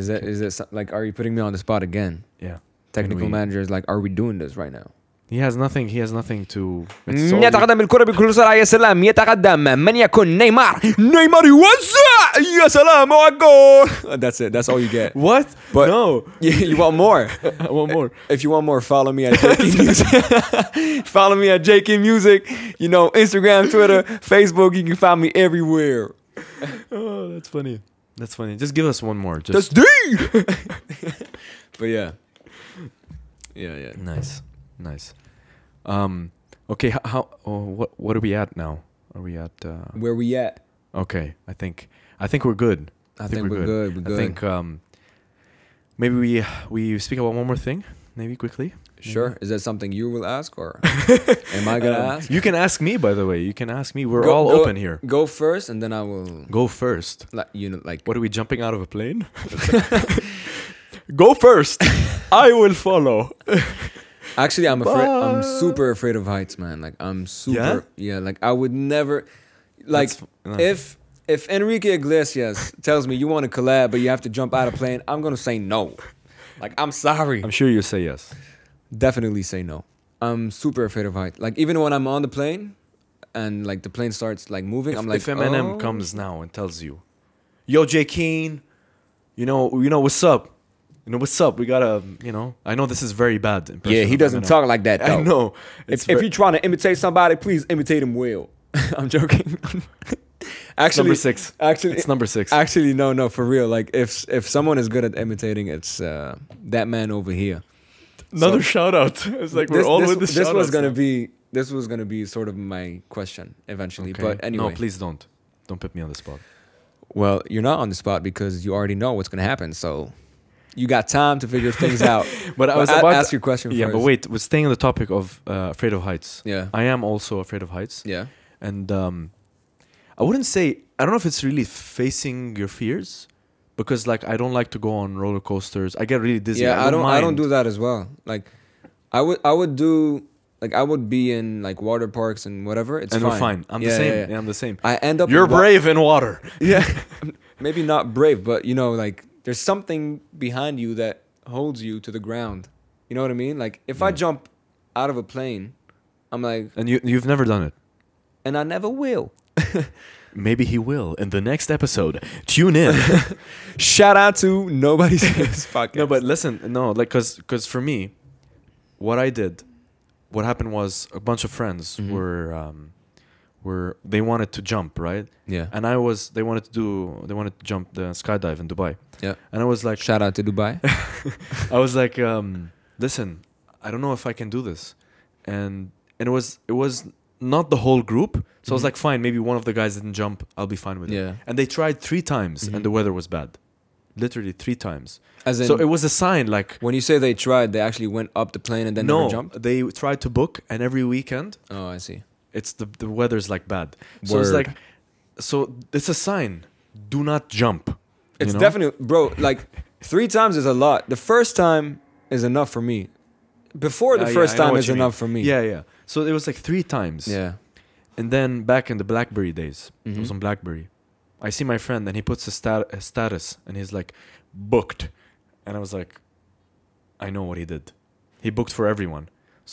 Speaker 2: Is that is that so- like? Are you putting me on the spot again?
Speaker 1: Yeah.
Speaker 2: Technical
Speaker 1: we-
Speaker 2: manager is like, are we doing this right now?
Speaker 1: He has nothing. He has nothing to. it's solely-
Speaker 2: يتقدم الكرة بكل سرعة يا سلام يتقدم من يكون نيمار نيمار يوزع يا سلام وجول That's it that's all you get
Speaker 1: What?
Speaker 2: But-
Speaker 1: no,
Speaker 2: you, you want more
Speaker 1: one more.
Speaker 2: if you want more follow me at JK Music follow me at JK Music you know Instagram Twitter Facebook you can find me everywhere
Speaker 1: Oh, that's funny. That's funny. Just give us one more. Just
Speaker 2: that's deep but yeah yeah yeah
Speaker 1: nice, nice. Um, okay. How? how oh, what? What are we at now? Are we at? Uh,
Speaker 2: where we at
Speaker 1: okay. I think. I think we're good.
Speaker 2: I think we're good, we're
Speaker 1: I think. Um, maybe we we speak about one more thing. Maybe quickly.
Speaker 2: sure is that something you will ask or am I gonna
Speaker 1: Um,
Speaker 2: ask
Speaker 1: You can ask me. By the way, you can ask me. We're
Speaker 2: Go-
Speaker 1: all
Speaker 2: go-
Speaker 1: open here.
Speaker 2: go first and then I will
Speaker 1: Go first.
Speaker 2: like you know like
Speaker 1: What are we jumping out of a plane? Go first. I will follow.
Speaker 2: Actually, I'm afraid. I'm
Speaker 1: But-
Speaker 2: super afraid of heights, man. Like I'm super. Yeah. like I would never. Like
Speaker 1: That's f- uh. no.
Speaker 2: if if Enrique Iglesias tells me you want to collab but you have to jump out of plane, I'm gonna say no. Like I'm sorry.
Speaker 1: I'm sure you'll say yes.
Speaker 2: definitely say no. I'm super afraid of heights. Like even when I'm on the plane, and like the plane starts like moving, I'm like
Speaker 1: if Eminem
Speaker 2: oh.
Speaker 1: comes now and tells you, "Yo, Jay Keen, you know, you know what's up, you know what's up. We gotta, um, you know, I know this is very bad. impression
Speaker 2: Yeah, he
Speaker 1: of
Speaker 2: doesn't
Speaker 1: Eminem.
Speaker 2: talk like that. Though.
Speaker 1: I know. It's
Speaker 2: If, if
Speaker 1: ver-
Speaker 2: you're trying to imitate somebody, please imitate him well. I'm joking. actually,
Speaker 1: number six.
Speaker 2: Actually,
Speaker 1: it's number six.
Speaker 2: Actually, no, no, for real. Like, if if someone is good at imitating, it's uh, that man over here.
Speaker 1: Another shout out. It's like we're
Speaker 2: this,
Speaker 1: all
Speaker 2: this,
Speaker 1: with the
Speaker 2: this
Speaker 1: shout
Speaker 2: was gonna be this was gonna be sort of my question eventually. But anyway,
Speaker 1: no, please don't, don't put me on the spot.
Speaker 2: Well, you're not on the spot because you already know what's gonna happen. So you got time to figure things out.
Speaker 1: But I was
Speaker 2: a-
Speaker 1: about
Speaker 2: ask
Speaker 1: to-
Speaker 2: your question.
Speaker 1: Yeah,
Speaker 2: first.
Speaker 1: but wait, we're staying on the topic of uh, afraid of heights.
Speaker 2: Yeah.
Speaker 1: I am also afraid of heights.
Speaker 2: Yeah.
Speaker 1: and um, I wouldn't say I don't know if it's really facing your fears because like I don't like to go on roller coasters. I get really dizzy.
Speaker 2: Yeah, I don't. I don't
Speaker 1: mind.
Speaker 2: do that as well. Like, I would. I would do. Like, I would be in like water parks and whatever. It's
Speaker 1: and
Speaker 2: fine.
Speaker 1: we're fine. I'm the
Speaker 2: Yeah,
Speaker 1: same.
Speaker 2: yeah, yeah.
Speaker 1: I'm the same.
Speaker 2: I end up.
Speaker 1: You're
Speaker 2: in wa-
Speaker 1: brave in water.
Speaker 2: Yeah. Maybe not brave, but you know, like there's something behind you that holds you to the ground You know what I mean? Like if I jump out of a plane, I'm like,
Speaker 1: And you you've never done it.
Speaker 2: and I never will.
Speaker 1: Maybe he will in the next episode. Tune in.
Speaker 2: Shout out to nobody's podcast.
Speaker 1: no, but listen, no, like cuz cuz for me what I did what happened was a bunch of friends
Speaker 2: Mhm.
Speaker 1: were um were they wanted to jump, right?
Speaker 2: yeah,
Speaker 1: And I was they wanted to do they wanted to jump the skydive in Dubai.
Speaker 2: yeah.
Speaker 1: And I was like
Speaker 2: Shout out to Dubai.
Speaker 1: I was like, um, listen, I don't know if I can do this, and and it was it was not the whole group, so I was
Speaker 2: Mhm.
Speaker 1: like, fine, maybe one of the guys didn't jump, I'll be fine with it.
Speaker 2: Yeah.
Speaker 1: And they tried three times,
Speaker 2: Mhm.
Speaker 1: and the weather was bad, literally three times.
Speaker 2: As in,
Speaker 1: so it was a sign, like
Speaker 2: when you say they tried, they actually went up the plane and then
Speaker 1: no,
Speaker 2: never jumped.
Speaker 1: they tried to book, and every weekend
Speaker 2: Oh, I see.
Speaker 1: it's the the weather's like bad. So it's
Speaker 2: Word.
Speaker 1: like, so it's a sign. Do not jump. you
Speaker 2: It's
Speaker 1: know?
Speaker 2: definitely, bro. Like three times is a lot. The first time is enough for me. Before the
Speaker 1: Yeah, yeah,
Speaker 2: first
Speaker 1: I know
Speaker 2: time
Speaker 1: what
Speaker 2: is
Speaker 1: you mean.
Speaker 2: enough for me.
Speaker 1: Yeah, yeah. So it was like three times.
Speaker 2: yeah.
Speaker 1: And then back in the BlackBerry days, I was
Speaker 2: Mhm.
Speaker 1: on BlackBerry. I see my friend and he puts a, stat- a status and he's like, booked. And I was like, I know what he did. He booked for everyone.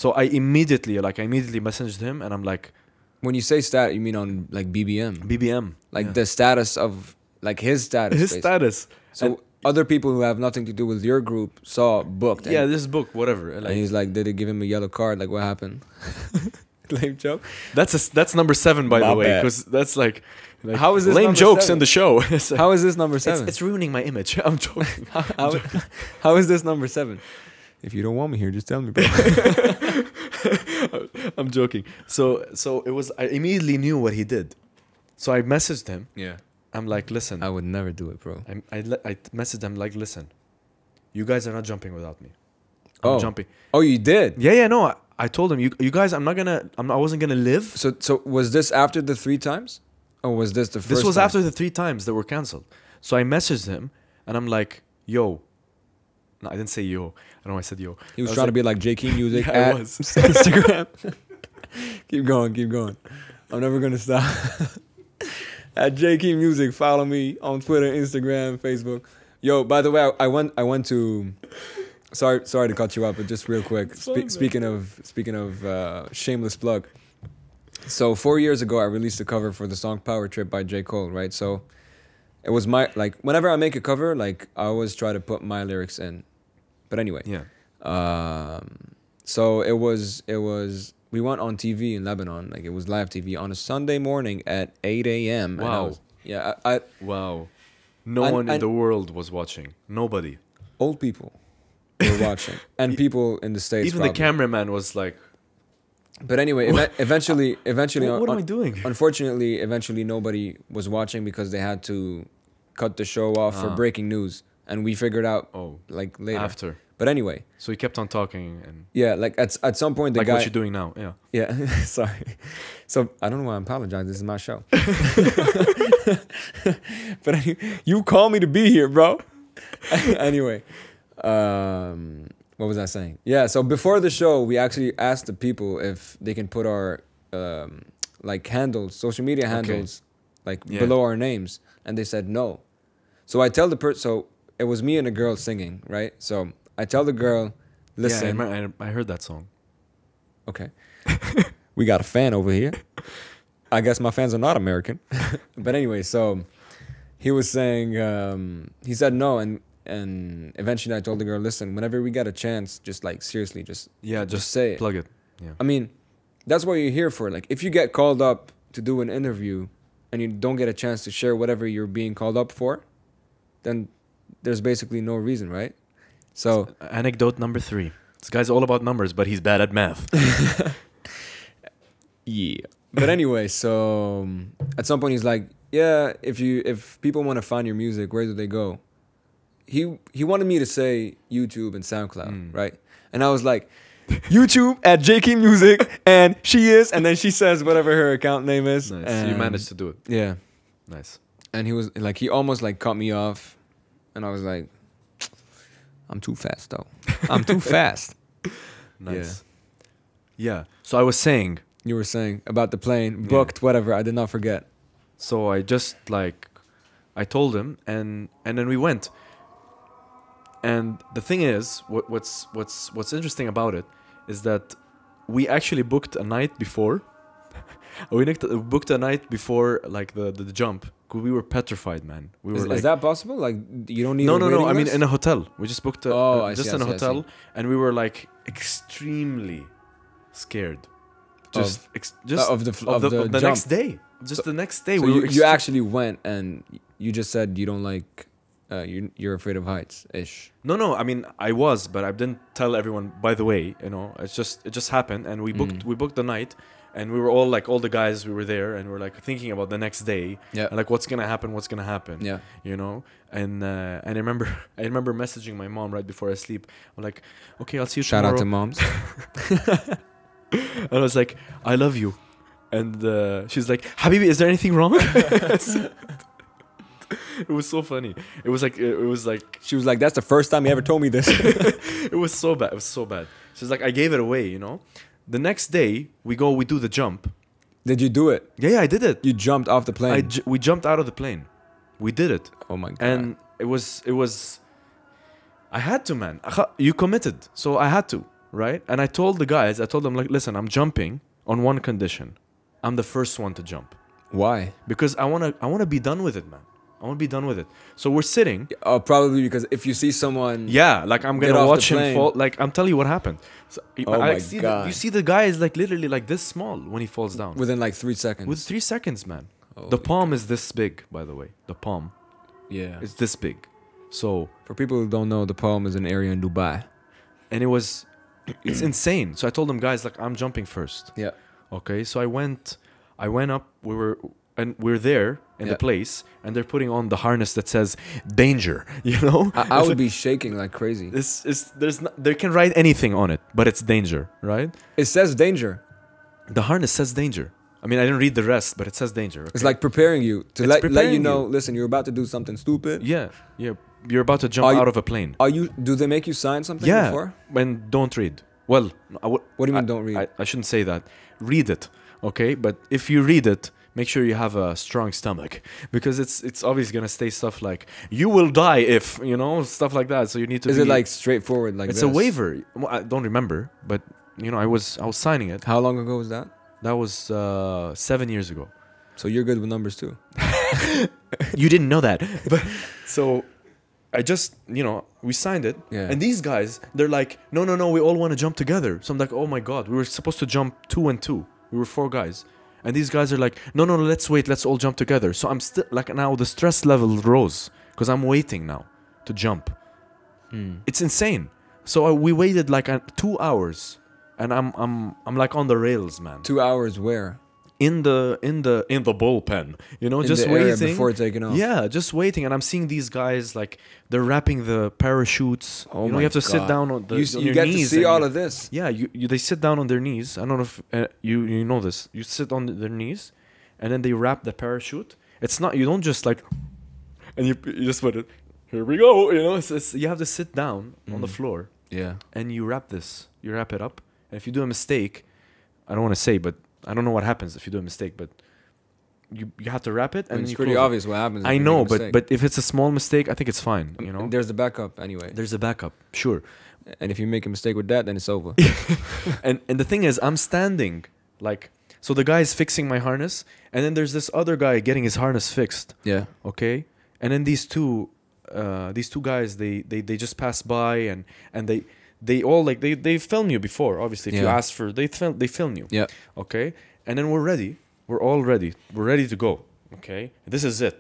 Speaker 1: So I immediately, like, I immediately messaged him and I'm like,
Speaker 2: When you say stat, you mean on like BBM,
Speaker 1: BBM.
Speaker 2: like
Speaker 1: Yeah.
Speaker 2: the status of like his status.
Speaker 1: his
Speaker 2: basically.
Speaker 1: status.
Speaker 2: So
Speaker 1: And-
Speaker 2: other people who have nothing to do with your group saw booked. And,
Speaker 1: yeah, this book, whatever.
Speaker 2: and
Speaker 1: Like,
Speaker 2: he's like, did they give him a yellow card? Like what happened? Lame joke.
Speaker 1: that's a s that's number seven, by
Speaker 2: My
Speaker 1: the way,
Speaker 2: bad.
Speaker 1: because that's like, like,
Speaker 2: How is this
Speaker 1: lame
Speaker 2: number
Speaker 1: jokes in
Speaker 2: seven?
Speaker 1: the show? it's,
Speaker 2: How is this number
Speaker 1: it's,
Speaker 2: seven?
Speaker 1: it's ruining my image. I'm joking.
Speaker 2: how, how is this number seven? If you don't want me here, just tell me, bro.
Speaker 1: I'm joking. So so it was. I immediately knew what he did. So I messaged him.
Speaker 2: yeah.
Speaker 1: I'm like, listen.
Speaker 2: I would never do it, bro.
Speaker 1: I I, le- I messaged him like, listen. You guys are not jumping without me. I'm
Speaker 2: Oh.
Speaker 1: jumping.
Speaker 2: Oh, you did.
Speaker 1: Yeah yeah no. I, I told him you you guys. I'm not gonna. I'm, I wasn't gonna live.
Speaker 2: So, so was this after the three times, or was this the first?
Speaker 1: This was
Speaker 2: time?
Speaker 1: after the three times that were canceled. So I messaged him and I'm like, yo. No, I didn't say yo. I know I said yo.
Speaker 2: He was,
Speaker 1: I
Speaker 2: trying to
Speaker 1: like,
Speaker 2: be like JK Music
Speaker 1: Yeah, I
Speaker 2: at
Speaker 1: was.
Speaker 2: Instagram. keep going, keep going. I'm never gonna stop. at JK Music, follow me on Twitter, Instagram, Facebook. Yo, by the way, I, I went. I went to. Sorry, sorry to cut you up, but just real quick.
Speaker 1: It's
Speaker 2: Spe-
Speaker 1: fine, man.
Speaker 2: speaking of speaking of uh, shameless plug. So four years ago, I released a cover for the song "Power Trip" by J. Cole. Right, so it was my like whenever I make a cover, like I always try to put my lyrics in. But anyway,
Speaker 1: Yeah.
Speaker 2: um, so it was it was we went on TV in Lebanon, like it was live TV on a Sunday morning at eight a.m. and I
Speaker 1: Wow.
Speaker 2: was- yeah, I, I,
Speaker 1: Wow. No
Speaker 2: And-
Speaker 1: one in
Speaker 2: and-
Speaker 1: the world was watching. Nobody.
Speaker 2: old people were watching, and people in the states.
Speaker 1: Even the
Speaker 2: probably.
Speaker 1: cameraman was like,
Speaker 2: But anyway, eve- eventually, eventually,
Speaker 1: What- what am
Speaker 2: un-
Speaker 1: I doing?
Speaker 2: Unfortunately, eventually, nobody was watching because they had to cut the show off for
Speaker 1: Ah.
Speaker 2: breaking news, and we figured out
Speaker 1: "Oh,
Speaker 2: like later.
Speaker 1: after."
Speaker 2: But anyway,
Speaker 1: So he kept on talking and
Speaker 2: yeah, like at at some point the
Speaker 1: like
Speaker 2: guy.
Speaker 1: what you're doing now. Yeah.
Speaker 2: Yeah, sorry. So I don't know why I apologize. This is my show. but any- you called me to be here, bro. anyway, um, what was I saying? Yeah. So before the show, we actually asked the people if they can put our um, like handles, social media handles, like
Speaker 1: Yeah.
Speaker 2: below our names, and they said no. So I tell the person. So it was me and a girl singing, right? So I tell the girl,
Speaker 1: Yeah, I,
Speaker 2: listen.
Speaker 1: remember- I, I heard that song.
Speaker 2: Okay. we got a fan over here. I guess my fans are not American. but anyway, so he was saying um, he said no and and eventually I told the girl, listen, whenever we get a chance, just like seriously, just
Speaker 1: Yeah, just,
Speaker 2: say it.
Speaker 1: plug it. Yeah.
Speaker 2: I mean, that's what you're here for. Like if you get called up to do an interview and you don't get a chance to share whatever you're being called up for, then there's basically no reason, right? So
Speaker 1: Uh, Anecdote number three. This guy's all about numbers, but he's bad at math.
Speaker 2: Yeah. But anyway, so um, at some point he's like, "Yeah, if you if people want to find your music, where do they go?" He he wanted me to say YouTube and
Speaker 1: Hmm.
Speaker 2: SoundCloud, right? And I was like, "YouTube at JK Music," and she is, and then she says whatever her account name is.
Speaker 1: nice. You
Speaker 2: and-
Speaker 1: managed to do it.
Speaker 2: Yeah.
Speaker 1: Nice.
Speaker 2: And he was like, he almost like cut me off, and I was like, "I'm too fast, though. I'm too fast."
Speaker 1: Nice. Yeah. So I was saying,
Speaker 2: You were saying about the plane booked, whatever. I did not forget.
Speaker 1: so I just like I told him and and then we went. And the thing is, what, what's what's what's interesting about it is that we actually booked a night before. we nicked- booked a night before like the the, the jump. 'Cause We were petrified, man. We were
Speaker 2: Is,
Speaker 1: like
Speaker 2: is that possible? Like you don't need.
Speaker 1: no,
Speaker 2: a
Speaker 1: no, no.
Speaker 2: waiting
Speaker 1: I mean,
Speaker 2: list?
Speaker 1: in a hotel. We just booked a,
Speaker 2: Oh,
Speaker 1: uh,
Speaker 2: I see,
Speaker 1: just
Speaker 2: I
Speaker 1: in a
Speaker 2: see, I see.
Speaker 1: hotel, and we were like extremely scared. Just, ex- just
Speaker 2: uh, of the f- of the jump.
Speaker 1: next day. Just the next day.
Speaker 2: So
Speaker 1: we
Speaker 2: you,
Speaker 1: were
Speaker 2: you
Speaker 1: extre-
Speaker 2: actually went and you just said you don't like. Uh, you you're afraid of heights ish.
Speaker 1: No, no. I mean, I was, but I didn't tell everyone. By the way, you know, it's just it just happened, and we booked
Speaker 2: Mm.
Speaker 1: we booked the night, and we were all like all the guys we were there, and we are like thinking about the next day,
Speaker 2: Yeah.
Speaker 1: and, like what's gonna happen, what's gonna happen,
Speaker 2: Yeah.
Speaker 1: you know. And uh, and I remember I remember messaging my mom right before I sleep. I'm like, okay, I'll see you
Speaker 2: Shout
Speaker 1: tomorrow.
Speaker 2: out to moms.
Speaker 1: And I was like, I love you. And uh, she's like, Habibi, is there anything wrong? it was so funny. It was like, it was like,
Speaker 2: she was like, "That's the first time you ever told me this."
Speaker 1: it was so bad. It was so bad. She's like, I gave it away, you know? The next day, we go, we do the jump.
Speaker 2: Did you do it?
Speaker 1: Yeah, yeah, I did it.
Speaker 2: You jumped off the plane.
Speaker 1: I ju- we jumped out of the plane. We did it.
Speaker 2: oh my god.
Speaker 1: And it was, it was, I had to, man. Aha, You committed. So I had to, right? And I told the guys, I told them, like, listen, I'm jumping on one condition I'm the first one to jump.
Speaker 2: why?
Speaker 1: because I want to I want to be done with it, man. I want to be done with it. So we're sitting.
Speaker 2: Oh, probably because if you see someone,
Speaker 1: Yeah, like I'm
Speaker 2: Get
Speaker 1: gonna
Speaker 2: off the
Speaker 1: watch him
Speaker 2: plane.
Speaker 1: fall. Like I'm telling you what happened. So,
Speaker 2: Oh
Speaker 1: I
Speaker 2: my
Speaker 1: see The,
Speaker 2: God.
Speaker 1: you see the guy is like literally like this small when he falls down. With,
Speaker 2: within like three seconds,
Speaker 1: three seconds, man. the
Speaker 2: Holy
Speaker 1: palm is this big, by the way. The palm
Speaker 2: yeah.
Speaker 1: is this big. So
Speaker 2: For people who don't know, the palm is an area in Dubai.
Speaker 1: and it was, it's insane. So I told him, guys, like I'm jumping first.
Speaker 2: Yeah.
Speaker 1: Okay, so I went, I went up. We were and we're there in the
Speaker 2: Yeah.
Speaker 1: place, and they're putting on the harness that says danger. You know,
Speaker 2: I, I
Speaker 1: It's
Speaker 2: would be shaking like crazy.
Speaker 1: This is there's not, they can write anything on it, but it's danger, right?
Speaker 2: It says danger.
Speaker 1: The harness says danger. I mean, I didn't read the rest, but it says danger.
Speaker 2: It's
Speaker 1: okay?
Speaker 2: like preparing you to
Speaker 1: It's
Speaker 2: let, let
Speaker 1: preparing
Speaker 2: you know.
Speaker 1: you.
Speaker 2: Listen, you're about to do something stupid.
Speaker 1: yeah, yeah, you're about to jump
Speaker 2: Are you-
Speaker 1: out of a plane.
Speaker 2: Are you? Do they make you sign something
Speaker 1: yeah,
Speaker 2: before?
Speaker 1: and don't read. Well, I would-
Speaker 2: What do you mean
Speaker 1: I-
Speaker 2: don't read?
Speaker 1: I, I shouldn't say that. Read it, okay? But if you read it, make sure you have a strong stomach because it's it's always gonna stay stuff like you will die if you know stuff like that. So you need to.
Speaker 2: Is
Speaker 1: be,
Speaker 2: it like straightforward? Like
Speaker 1: it's a
Speaker 2: this?
Speaker 1: waiver? Well, I don't remember, but you know, I was I was signing it.
Speaker 2: How long ago was that?
Speaker 1: That was uh, seven years ago.
Speaker 2: So you're good with numbers too.
Speaker 1: you didn't know that, but so I just you know we signed it,
Speaker 2: Yeah.
Speaker 1: and these guys they're like, no, no, no, we all want to jump together. So I'm like, oh my god, we were supposed to jump two and two. We were four guys, and these guys are like, no, no, no let's wait, let's all jump together. So I'm still like now the stress level rose because I'm waiting now to jump. It's insane. So I, we waited like uh, two hours, and I'm I'm I'm like on the rails, man
Speaker 2: Two hours where?
Speaker 1: in the in the in the bullpen you know
Speaker 2: In
Speaker 1: just
Speaker 2: the area
Speaker 1: waiting
Speaker 2: before taking off.
Speaker 1: yeah just waiting and i'm seeing these guys like they're wrapping the parachutes
Speaker 2: Oh
Speaker 1: you know
Speaker 2: my
Speaker 1: you have to sit
Speaker 2: God.
Speaker 1: down on the
Speaker 2: You, s-
Speaker 1: on
Speaker 2: you
Speaker 1: your
Speaker 2: get to
Speaker 1: knees
Speaker 2: see
Speaker 1: and
Speaker 2: all
Speaker 1: you-
Speaker 2: of this.
Speaker 1: yeah you, you they sit down on their knees i don't know if uh, you you know this you sit on their knees and then they wrap the parachute it's not you don't just like and you, you just put it here we go you know it's, it's, you have to sit down on
Speaker 2: Mm.
Speaker 1: the floor
Speaker 2: Yeah.
Speaker 1: and you wrap this, you wrap it up. And if you do a mistake, I don't want to say, but I don't know what happens if you do a mistake, but you you have to wrap it and
Speaker 2: I mean, it's
Speaker 1: you
Speaker 2: pretty
Speaker 1: close it.
Speaker 2: obvious what happens. if
Speaker 1: I
Speaker 2: you make a
Speaker 1: know, but
Speaker 2: mistake.
Speaker 1: but if it's a small mistake, I think it's fine. You know,
Speaker 2: there's the backup anyway.
Speaker 1: there's a backup, sure.
Speaker 2: And if you make a mistake with that, then it's over.
Speaker 1: and and the thing is, I'm standing like so. The guy is fixing my harness, and then there's this other guy getting his harness fixed.
Speaker 2: yeah.
Speaker 1: okay and then these two uh, these two guys they, they they just pass by and and they they all like they they film you before obviously if you
Speaker 2: Yeah.
Speaker 1: ask for they film they film you
Speaker 2: Yeah.
Speaker 1: okay and then we're ready we're all ready we're ready to go okay this is it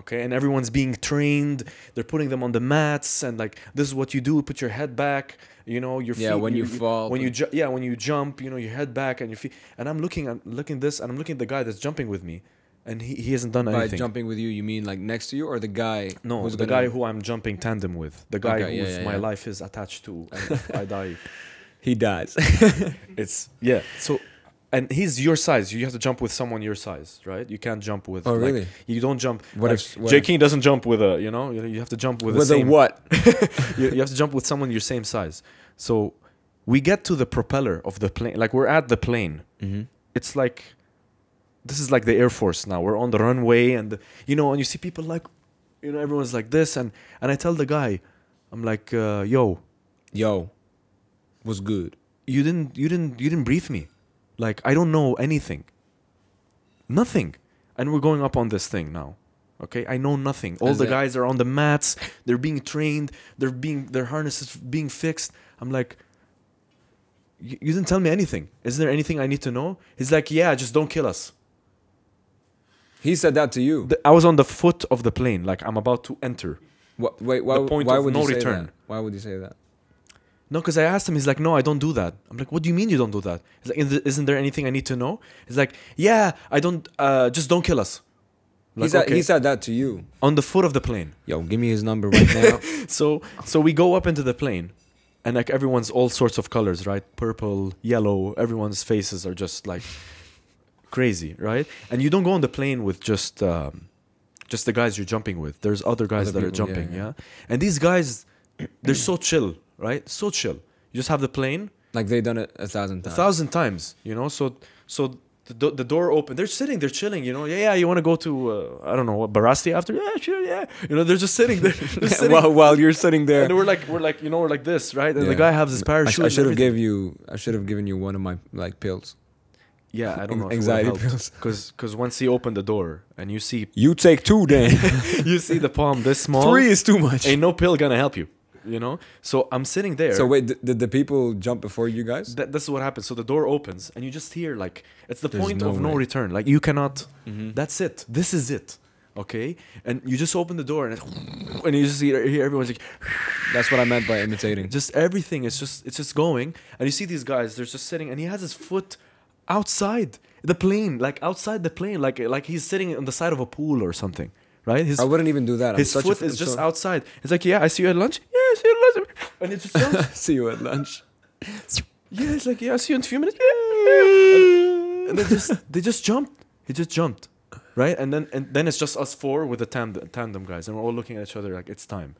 Speaker 1: okay and everyone's being trained they're putting them on the mats and like this is what you do put your head back you know your
Speaker 2: Yeah,
Speaker 1: feet
Speaker 2: when you fall,
Speaker 1: when
Speaker 2: put-
Speaker 1: you ju- yeah when you jump you know your head back and your feet and i'm looking i'm looking this and i'm looking at the guy that's jumping with me and he, he hasn't done
Speaker 2: By
Speaker 1: anything
Speaker 2: jumping with you, you mean like next to you or the guy?
Speaker 1: no,
Speaker 2: who's
Speaker 1: the
Speaker 2: gonna-
Speaker 1: guy who I'm jumping tandem with, the guy
Speaker 2: Okay, yeah,
Speaker 1: whose
Speaker 2: yeah,
Speaker 1: my
Speaker 2: yeah.
Speaker 1: life is attached to, and if I die.
Speaker 2: he dies.
Speaker 1: It's yeah. So, and he's your size. You have to jump with someone your size, right? You can't jump with.
Speaker 2: Oh,
Speaker 1: like-
Speaker 2: really?
Speaker 1: You don't jump.
Speaker 2: What
Speaker 1: like,
Speaker 2: if- what
Speaker 1: J
Speaker 2: if-
Speaker 1: King doesn't jump with a? You know, you you have to jump with,
Speaker 2: With
Speaker 1: the
Speaker 2: a
Speaker 1: same.
Speaker 2: what?
Speaker 1: you, you have to jump with someone your same size. So, we get to the propeller of the plane. Like we're at the plane. It's like. This is like the Air Force now. We're on the runway, and you know, and you see people like, you know, everyone's like this, and and I tell the guy, I'm I'm like, uh, yo,
Speaker 2: Yo, was good.
Speaker 1: you didn't you didn't you didn't brief me like i don't know anything nothing and we're going up on this thing now okay i know nothing all
Speaker 2: Is
Speaker 1: the
Speaker 2: it-
Speaker 1: guys are on the mats they're being trained they're being their harnesses being fixed i'm like "You- you didn't tell me anything is there anything i need to know he's like yeah just don't kill us
Speaker 2: He said that to you.
Speaker 1: The- i was on the foot of the plane like i'm about to enter
Speaker 2: Wha- wait, why,
Speaker 1: the point
Speaker 2: why
Speaker 1: of
Speaker 2: would
Speaker 1: no
Speaker 2: you say
Speaker 1: return.
Speaker 2: that? Why would you say that?
Speaker 1: No, because I asked him. He's like, no, I don't do that. I'm like, what do you mean you don't do that? He's like, "Is- isn't there anything I need to know? He's like, yeah, I don't. Uh, just don't kill us. I'm
Speaker 2: he
Speaker 1: like,
Speaker 2: said
Speaker 1: okay.
Speaker 2: he said that to you.
Speaker 1: on the foot of the plane.
Speaker 2: Yo, give me his number right now.
Speaker 1: So so we go up into the plane, and like everyone's all sorts of colors, right? Purple, yellow. Everyone's faces are just like crazy, right? And you don't go on the plane with just um, just the guys you're jumping with. There's other guys
Speaker 2: Other
Speaker 1: that
Speaker 2: people,
Speaker 1: are
Speaker 2: yeah,
Speaker 1: jumping,
Speaker 2: yeah.
Speaker 1: yeah. And these guys, they're so chill, right? So chill. You just have the plane.
Speaker 2: like they done it a thousand
Speaker 1: a
Speaker 2: times.
Speaker 1: thousand times you know so so the, do- the door open they're sitting they're chilling you know yeah yeah you want to go to uh, i don't know what barasti after yeah sure yeah you know they're just sitting there they're sitting,
Speaker 2: while, while you're sitting there.
Speaker 1: and we're like we're like you know we're like this right and the
Speaker 2: Yeah.
Speaker 1: guy has his
Speaker 2: I,
Speaker 1: parachute
Speaker 2: sh- I
Speaker 1: and
Speaker 2: should have
Speaker 1: everything.
Speaker 2: gave you. I should have given you one of my like pills.
Speaker 1: yeah i don't know
Speaker 2: anxiety
Speaker 1: because because once he opened the door and you see
Speaker 2: You take two, then
Speaker 1: you see the palm this small
Speaker 2: three is too much.
Speaker 1: ain't no pill gonna help you you know so i'm sitting there
Speaker 2: So wait, th- did the people jump before you guys?
Speaker 1: that, this is what happens. So the door opens, and you just hear like it's the
Speaker 2: There's
Speaker 1: point
Speaker 2: no
Speaker 1: of no
Speaker 2: way. Mm-hmm.
Speaker 1: return. Like you cannot. That's it. This is it. Okay, and you just open the door, and it, and you just hear, hear everyone's like,
Speaker 2: That's what I meant by imitating.
Speaker 1: just everything is just it's just going, and you see these guys. They're just sitting, and he has his foot outside the plane, like outside the plane, like like he's sitting on the side of a pool or something, right? His
Speaker 2: I wouldn't even do that. I'm
Speaker 1: his
Speaker 2: such a
Speaker 1: foot
Speaker 2: f-
Speaker 1: is
Speaker 2: I'm
Speaker 1: just
Speaker 2: so-
Speaker 1: outside. It's like, yeah, I see you at lunch. Yeah, I see you at lunch, and it just goes.
Speaker 2: See you at lunch.
Speaker 1: Yeah, it's like, yeah, I'll see you in a few minutes. Yeah. And they just they just jumped. He just jumped. Right? And then and then it's just us four with the tandem, tandem guys, and we're all looking at each other like it's time.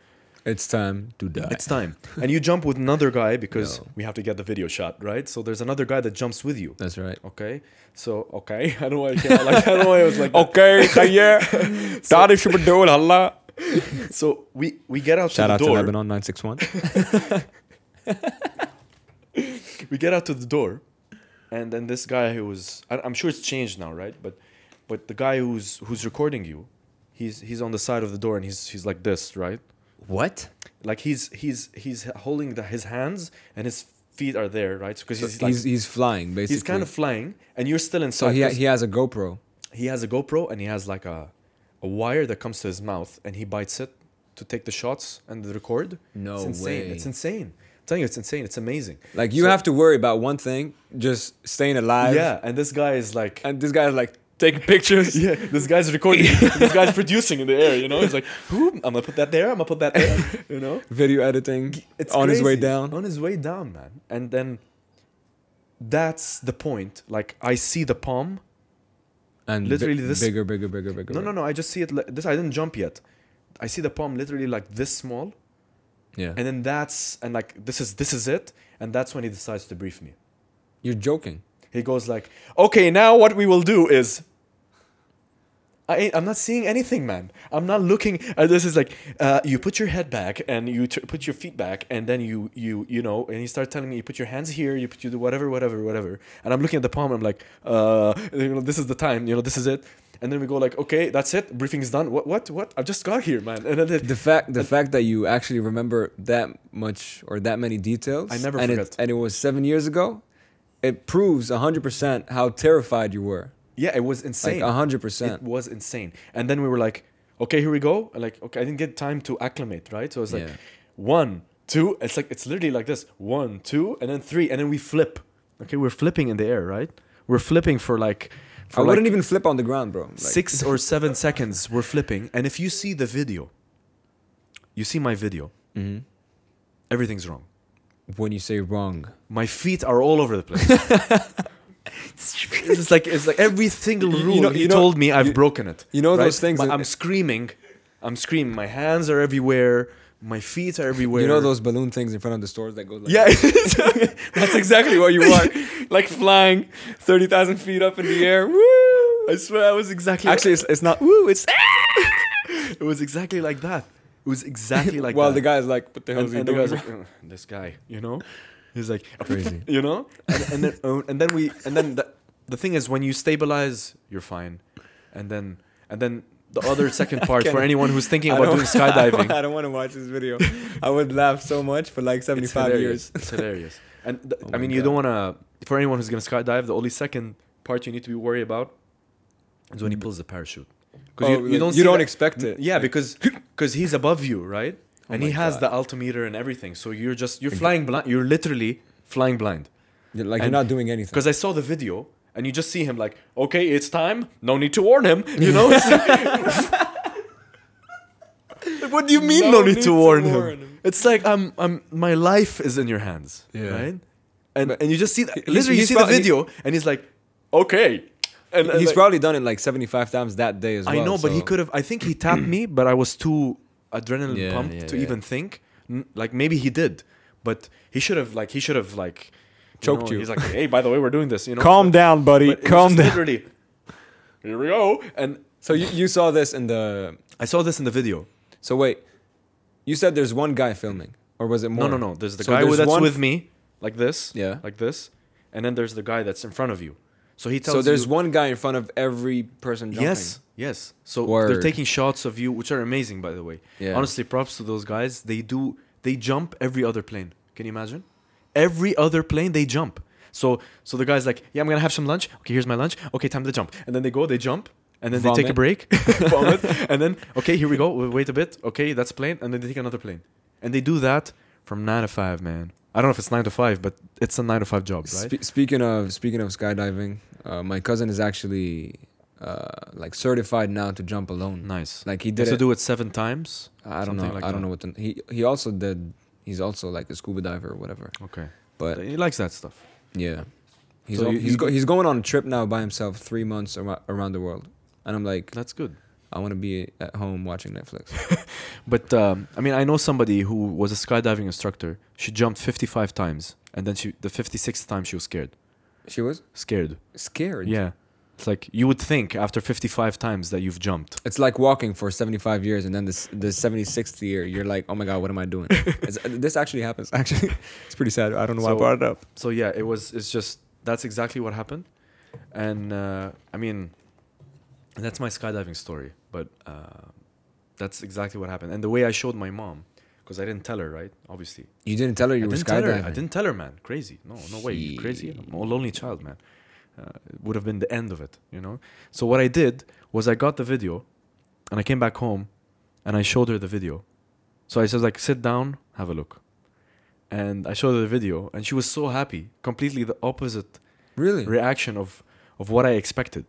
Speaker 2: It's time to die.
Speaker 1: It's time. And you jump with another guy because
Speaker 2: No.
Speaker 1: we have to get the video shot, right? So there's another guy that jumps with you.
Speaker 2: That's right.
Speaker 1: Okay. So okay. I don't know why I came out like I don't know why I was like that.
Speaker 2: Okay, yeah. Tariq should do it. Allah.
Speaker 1: So we we get out
Speaker 2: Shout
Speaker 1: to
Speaker 2: out
Speaker 1: the
Speaker 2: to
Speaker 1: door.
Speaker 2: Lebanon 961.
Speaker 1: we get out to the door, and then this guy who was I- I'm sure it's changed now, right? But but the guy who's who's recording you, he's he's on the side of the door and he's he's like this, right?
Speaker 2: What?
Speaker 1: Like he's he's he's holding the, his hands and his feet are there, right? Because
Speaker 2: He's,
Speaker 1: he's like,
Speaker 2: he's,
Speaker 1: he's,
Speaker 2: flying, basically.
Speaker 1: kind of flying, and you're still
Speaker 2: So
Speaker 1: inside.
Speaker 2: he,
Speaker 1: 'cause
Speaker 2: he has a GoPro.
Speaker 1: he has a GoPro and he has like a a wire that comes to his mouth and he bites it to take the shots and the record.
Speaker 2: No
Speaker 1: it's insane.
Speaker 2: way.
Speaker 1: It's insane. I'm telling you, it's insane. It's amazing.
Speaker 2: Like, you
Speaker 1: So-
Speaker 2: have to worry about one thing just staying alive.
Speaker 1: yeah, and this guy is like
Speaker 2: And this guy's like taking pictures.
Speaker 1: Yeah, this guy's recording. this guy's producing in the air. You know, he's like, "Who? I'm gonna put that there. I'm gonna put that there." You know,
Speaker 2: Video editing. on his way
Speaker 1: crazy.
Speaker 2: down.
Speaker 1: On his way down, man. And then that's the point. Like, I see the palm.
Speaker 2: And
Speaker 1: Literally this-
Speaker 2: Bigger, bigger, bigger, bigger.
Speaker 1: No, no, no. I just see it. Like, this I didn't jump yet. I see the palm literally like this small,
Speaker 2: Yeah.
Speaker 1: and then that's and like this is this is it, and that's when he decides to brief me.
Speaker 2: You're joking.
Speaker 1: He goes like, "Okay, now what we will do is." I, ain't- I'm not seeing anything, man. I'm not looking. Uh, this is like uh, you put your head back and you t- put your feet back, and then you you you know, and he started telling me you put your hands here, you put you do whatever, whatever, whatever. And I'm looking at the palm. I'm like, uh, you know, this is the time. You know, this is it. And then we go like, okay, that's it. Briefing is done. What what what? I've just got here, man. And then it-
Speaker 2: The fact, the fact that you actually remember that much or that many details,
Speaker 1: I never
Speaker 2: and
Speaker 1: forget.
Speaker 2: It, and it was seven years ago. It proves hundred percent how terrified you were.
Speaker 1: yeah, it was insane.
Speaker 2: Like hundred percent.
Speaker 1: It was insane. And then we were like, okay, here we go. And like, okay, I didn't get time to acclimate, right? So it's like
Speaker 2: Yeah.
Speaker 1: one, two. It's like it's literally like this: one, two, and then three, and then we flip. Okay, we're flipping in the air, right? We're flipping for like
Speaker 2: I
Speaker 1: for like
Speaker 2: wouldn't even flip on the ground, bro. Like,
Speaker 1: six or seven seconds. We're flipping, and if you see the video, you see my video. Everything's wrong.
Speaker 2: when you say wrong,
Speaker 1: My feet are all over the place. it's like it's like every single
Speaker 2: You- you
Speaker 1: rule
Speaker 2: know-
Speaker 1: he
Speaker 2: you know-
Speaker 1: told me I've broken it.
Speaker 2: you know those things
Speaker 1: My-
Speaker 2: that-
Speaker 1: I'm screaming, I'm screaming. My hands are everywhere. My feet are everywhere.
Speaker 2: you know those balloon things in front of the stores that go like
Speaker 1: Yeah,
Speaker 2: that's exactly what you are, like flying thirty thousand feet up in the air. Woo!
Speaker 1: I swear I was exactly.
Speaker 2: Actually, it's, it's not woo. It's
Speaker 1: it was exactly like that. It was exactly like
Speaker 2: While
Speaker 1: that.
Speaker 2: the guy's like, what the hell
Speaker 1: and,
Speaker 2: is he
Speaker 1: and the
Speaker 2: doing?
Speaker 1: guy's like, "Ugh, this guy, you know, he's like
Speaker 2: Crazy.
Speaker 1: you know, and, and then oh, and then we and then the, the thing is when you stabilize, you're fine, and then and then the other second part for
Speaker 2: can't-
Speaker 1: anyone who's thinking
Speaker 2: I
Speaker 1: about
Speaker 2: don't-
Speaker 1: doing skydiving,
Speaker 2: I don't want to watch this video. I would laugh so much for like
Speaker 1: it's
Speaker 2: 75
Speaker 1: hilarious.
Speaker 2: years.
Speaker 1: It's hilarious, and th-
Speaker 2: Oh
Speaker 1: I
Speaker 2: my
Speaker 1: mean you don't want to. For anyone who's gonna skydive, the only second part you need to be worried about is when he pulls the parachute because you,
Speaker 2: Mm. Oh,
Speaker 1: you
Speaker 2: like,
Speaker 1: don't
Speaker 2: you
Speaker 1: see
Speaker 2: don't
Speaker 1: that-
Speaker 2: expect it.
Speaker 1: Yeah, because because he's above you, right?
Speaker 2: Oh
Speaker 1: and he
Speaker 2: my
Speaker 1: has
Speaker 2: God.
Speaker 1: the altimeter and everything. So you're just you're
Speaker 2: Exa-
Speaker 1: flying blind. You're literally flying blind.
Speaker 2: You're like
Speaker 1: And-
Speaker 2: you're not doing anything.
Speaker 1: Because I saw the video and you just see him like, okay, it's time. No need to warn him. You know. Like, what do you mean? No, need, to, warn, him. It's like I'm I'm my life is in your hands.
Speaker 2: Yeah.
Speaker 1: Right. And
Speaker 2: But-
Speaker 1: and you just see that,
Speaker 2: He's-
Speaker 1: literally you
Speaker 2: he's
Speaker 1: see the
Speaker 2: prob- he-
Speaker 1: video and he's like, okay. And, and
Speaker 2: He's
Speaker 1: like-
Speaker 2: probably done it like 75 times that day as well.
Speaker 1: I know, but he
Speaker 2: so-
Speaker 1: could have. I think he tapped me, but I was too adrenaline
Speaker 2: Yeah,
Speaker 1: pumped
Speaker 2: yeah,
Speaker 1: to
Speaker 2: yeah.
Speaker 1: even think. N- Like maybe he did, but he should have. Like he should have like you
Speaker 2: Choked
Speaker 1: know,
Speaker 2: you.
Speaker 1: He's like, hey, by the way, we're doing this. You know,
Speaker 2: Calm down, buddy.
Speaker 1: But it was
Speaker 2: Calm
Speaker 1: just
Speaker 2: down.
Speaker 1: Literally, here we go. And
Speaker 2: So you, you saw this in the.
Speaker 1: I saw this in the video.
Speaker 2: So wait, you said there's one guy filming, or was it more?
Speaker 1: No, no, no. There's the
Speaker 2: So
Speaker 1: guy
Speaker 2: there's
Speaker 1: that's
Speaker 2: one-
Speaker 1: with me, like this.
Speaker 2: Yeah.
Speaker 1: like this, and then there's the guy that's in front of you. So he tells.
Speaker 2: So there's
Speaker 1: you,
Speaker 2: one guy in front of every person jumping.
Speaker 1: Yes, yes. So they're
Speaker 2: Word.
Speaker 1: taking shots of you, which are amazing, by the way.
Speaker 2: Yeah.
Speaker 1: Honestly, props to those guys. They do. They jump every other plane. Can you imagine? Every other plane they jump. So so the guy's like, yeah, I'm gonna have some lunch. Okay, here's my lunch. Okay, time to jump. And then they go, they jump, and then they take a break, vomit, and then okay, here we go. We wait a bit. Okay, that's plane, and then they take another plane, and they do that from nine to five, man. I don't know if it's nine to five, but it's a nine to five job, right?
Speaker 2: Spe- speaking of speaking of skydiving, uh, my cousin is actually uh, like certified now to jump alone.
Speaker 1: nice.
Speaker 2: Like he
Speaker 1: You
Speaker 2: did
Speaker 1: have to
Speaker 2: it.
Speaker 1: do it seven times.
Speaker 2: I don't know.
Speaker 1: something like
Speaker 2: I don't
Speaker 1: that.
Speaker 2: know what the, he he also did. He's also like a scuba diver or whatever.
Speaker 1: Okay.
Speaker 2: But
Speaker 1: He likes that stuff.
Speaker 2: yeah, he's
Speaker 1: So
Speaker 2: al-
Speaker 1: you-
Speaker 2: he's,
Speaker 1: you-
Speaker 2: go, he's going on a trip now by himself, three months ar- around the world. And I'm like,
Speaker 1: That's good.
Speaker 2: I want to be at home watching Netflix.
Speaker 1: But um, I mean, I know somebody who was a skydiving instructor. She jumped 55 times, and then she the 56th time she was scared.
Speaker 2: She was
Speaker 1: Scared.
Speaker 2: scared.
Speaker 1: Yeah. It's like you would think after 55 times that you've jumped.
Speaker 2: It's like walking for 75 years and then this the 76th year you're like, "Oh my god, what am I doing?" It's- uh, this actually happens actually. It's pretty sad. I don't know why
Speaker 1: So-
Speaker 2: I brought it up.
Speaker 1: So yeah, it was. It's just that's exactly what happened, and uh, I mean, that's my skydiving story. But uh, that's exactly what happened, and the way I showed my mom, because I didn't tell her, right? Obviously.
Speaker 2: You didn't tell her you
Speaker 1: I
Speaker 2: were
Speaker 1: didn't tell
Speaker 2: skydiving.
Speaker 1: her. I didn't tell her, man. Crazy. No, no way. You crazy? I'm a lonely child, man. Uh, it would have been the end of it, you know. So what I did was I got the video, and I came back home, and I showed her the video. So I said like, sit down, have a look, and I showed her the video, and she was so happy. Completely the opposite
Speaker 2: Really?
Speaker 1: reaction of of what I expected.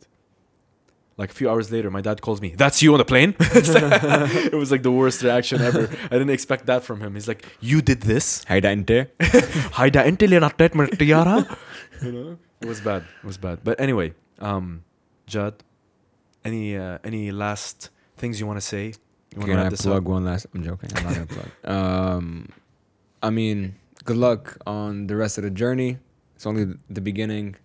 Speaker 1: Like a few hours later, my dad calls me. That's you on the plane. It's like- it was like the worst reaction ever. I didn't expect that from him. He's like, "You did this."
Speaker 2: Hey, Dante.
Speaker 1: Haida inte lena tät med tiara. You know, it was bad. It was bad. But anyway, um, Judd, any uh, any last things you want to say? You want to
Speaker 2: Can I
Speaker 1: wrap this
Speaker 2: plug
Speaker 1: up?
Speaker 2: one last I'm joking. I'm not going to plug. Um I mean, good luck on the rest of the journey. It's only the beginning.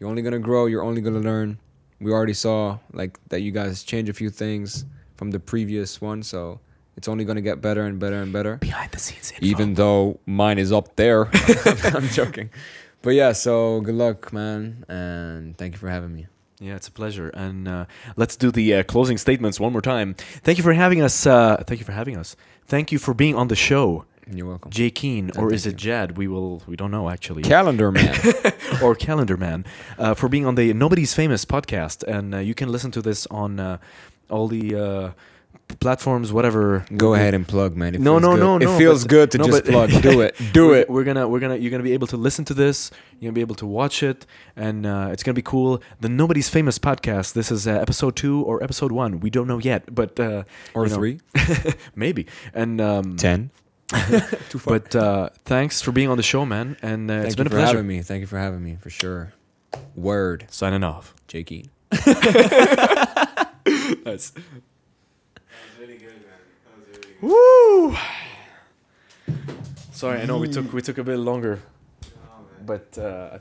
Speaker 2: You're only going to grow, you're only going to learn. We already saw like that you guys change a few things from the previous one, so it's only going to get better and better and better.
Speaker 1: Behind the scenes info.
Speaker 2: even though mine is up there. I'm joking. But yeah, so good luck, man, and thank you for having me.
Speaker 1: Yeah, it's a pleasure. And uh, let's do the uh, closing statements one more time. Thank you for having us. Uh, thank you for having us. Thank you for being on the show,
Speaker 2: You're welcome.
Speaker 1: Jay Keen,
Speaker 2: Uh,
Speaker 1: or
Speaker 2: thank
Speaker 1: is it Jad? We will. We don't know actually.
Speaker 2: Calendar man.
Speaker 1: or Calendar Man uh, for being on the Nobody's Famous podcast. And uh, you can listen to this on uh, all the uh, platforms, whatever.
Speaker 2: Go ahead and plug, man. It
Speaker 1: No,
Speaker 2: feels
Speaker 1: no,
Speaker 2: good.
Speaker 1: no,
Speaker 2: It
Speaker 1: no,
Speaker 2: feels
Speaker 1: but-
Speaker 2: good to
Speaker 1: no,
Speaker 2: just
Speaker 1: but-
Speaker 2: plug. Do it. Do
Speaker 1: We're-
Speaker 2: it.
Speaker 1: We're gonna we're gonna you're gonna be able to listen to this. You're gonna be able to watch it, and uh, it's gonna be cool. The Nobody's Famous podcast. This is uh, episode two or episode one. We don't know yet, but uh,
Speaker 2: Or
Speaker 1: you know,
Speaker 2: three.
Speaker 1: maybe. And um,
Speaker 2: Ten. Too far.
Speaker 1: But uh, thanks for being on the show, man. And uh,
Speaker 2: thank
Speaker 1: it's
Speaker 2: you
Speaker 1: been a
Speaker 2: for
Speaker 1: pleasure.
Speaker 2: having me. Thank you for having me for sure. Word,
Speaker 1: Signing off.
Speaker 2: Jakey.
Speaker 1: Nice.
Speaker 3: Woo!
Speaker 1: Woo! Sorry, I know we took we took a bit longer, but uh, I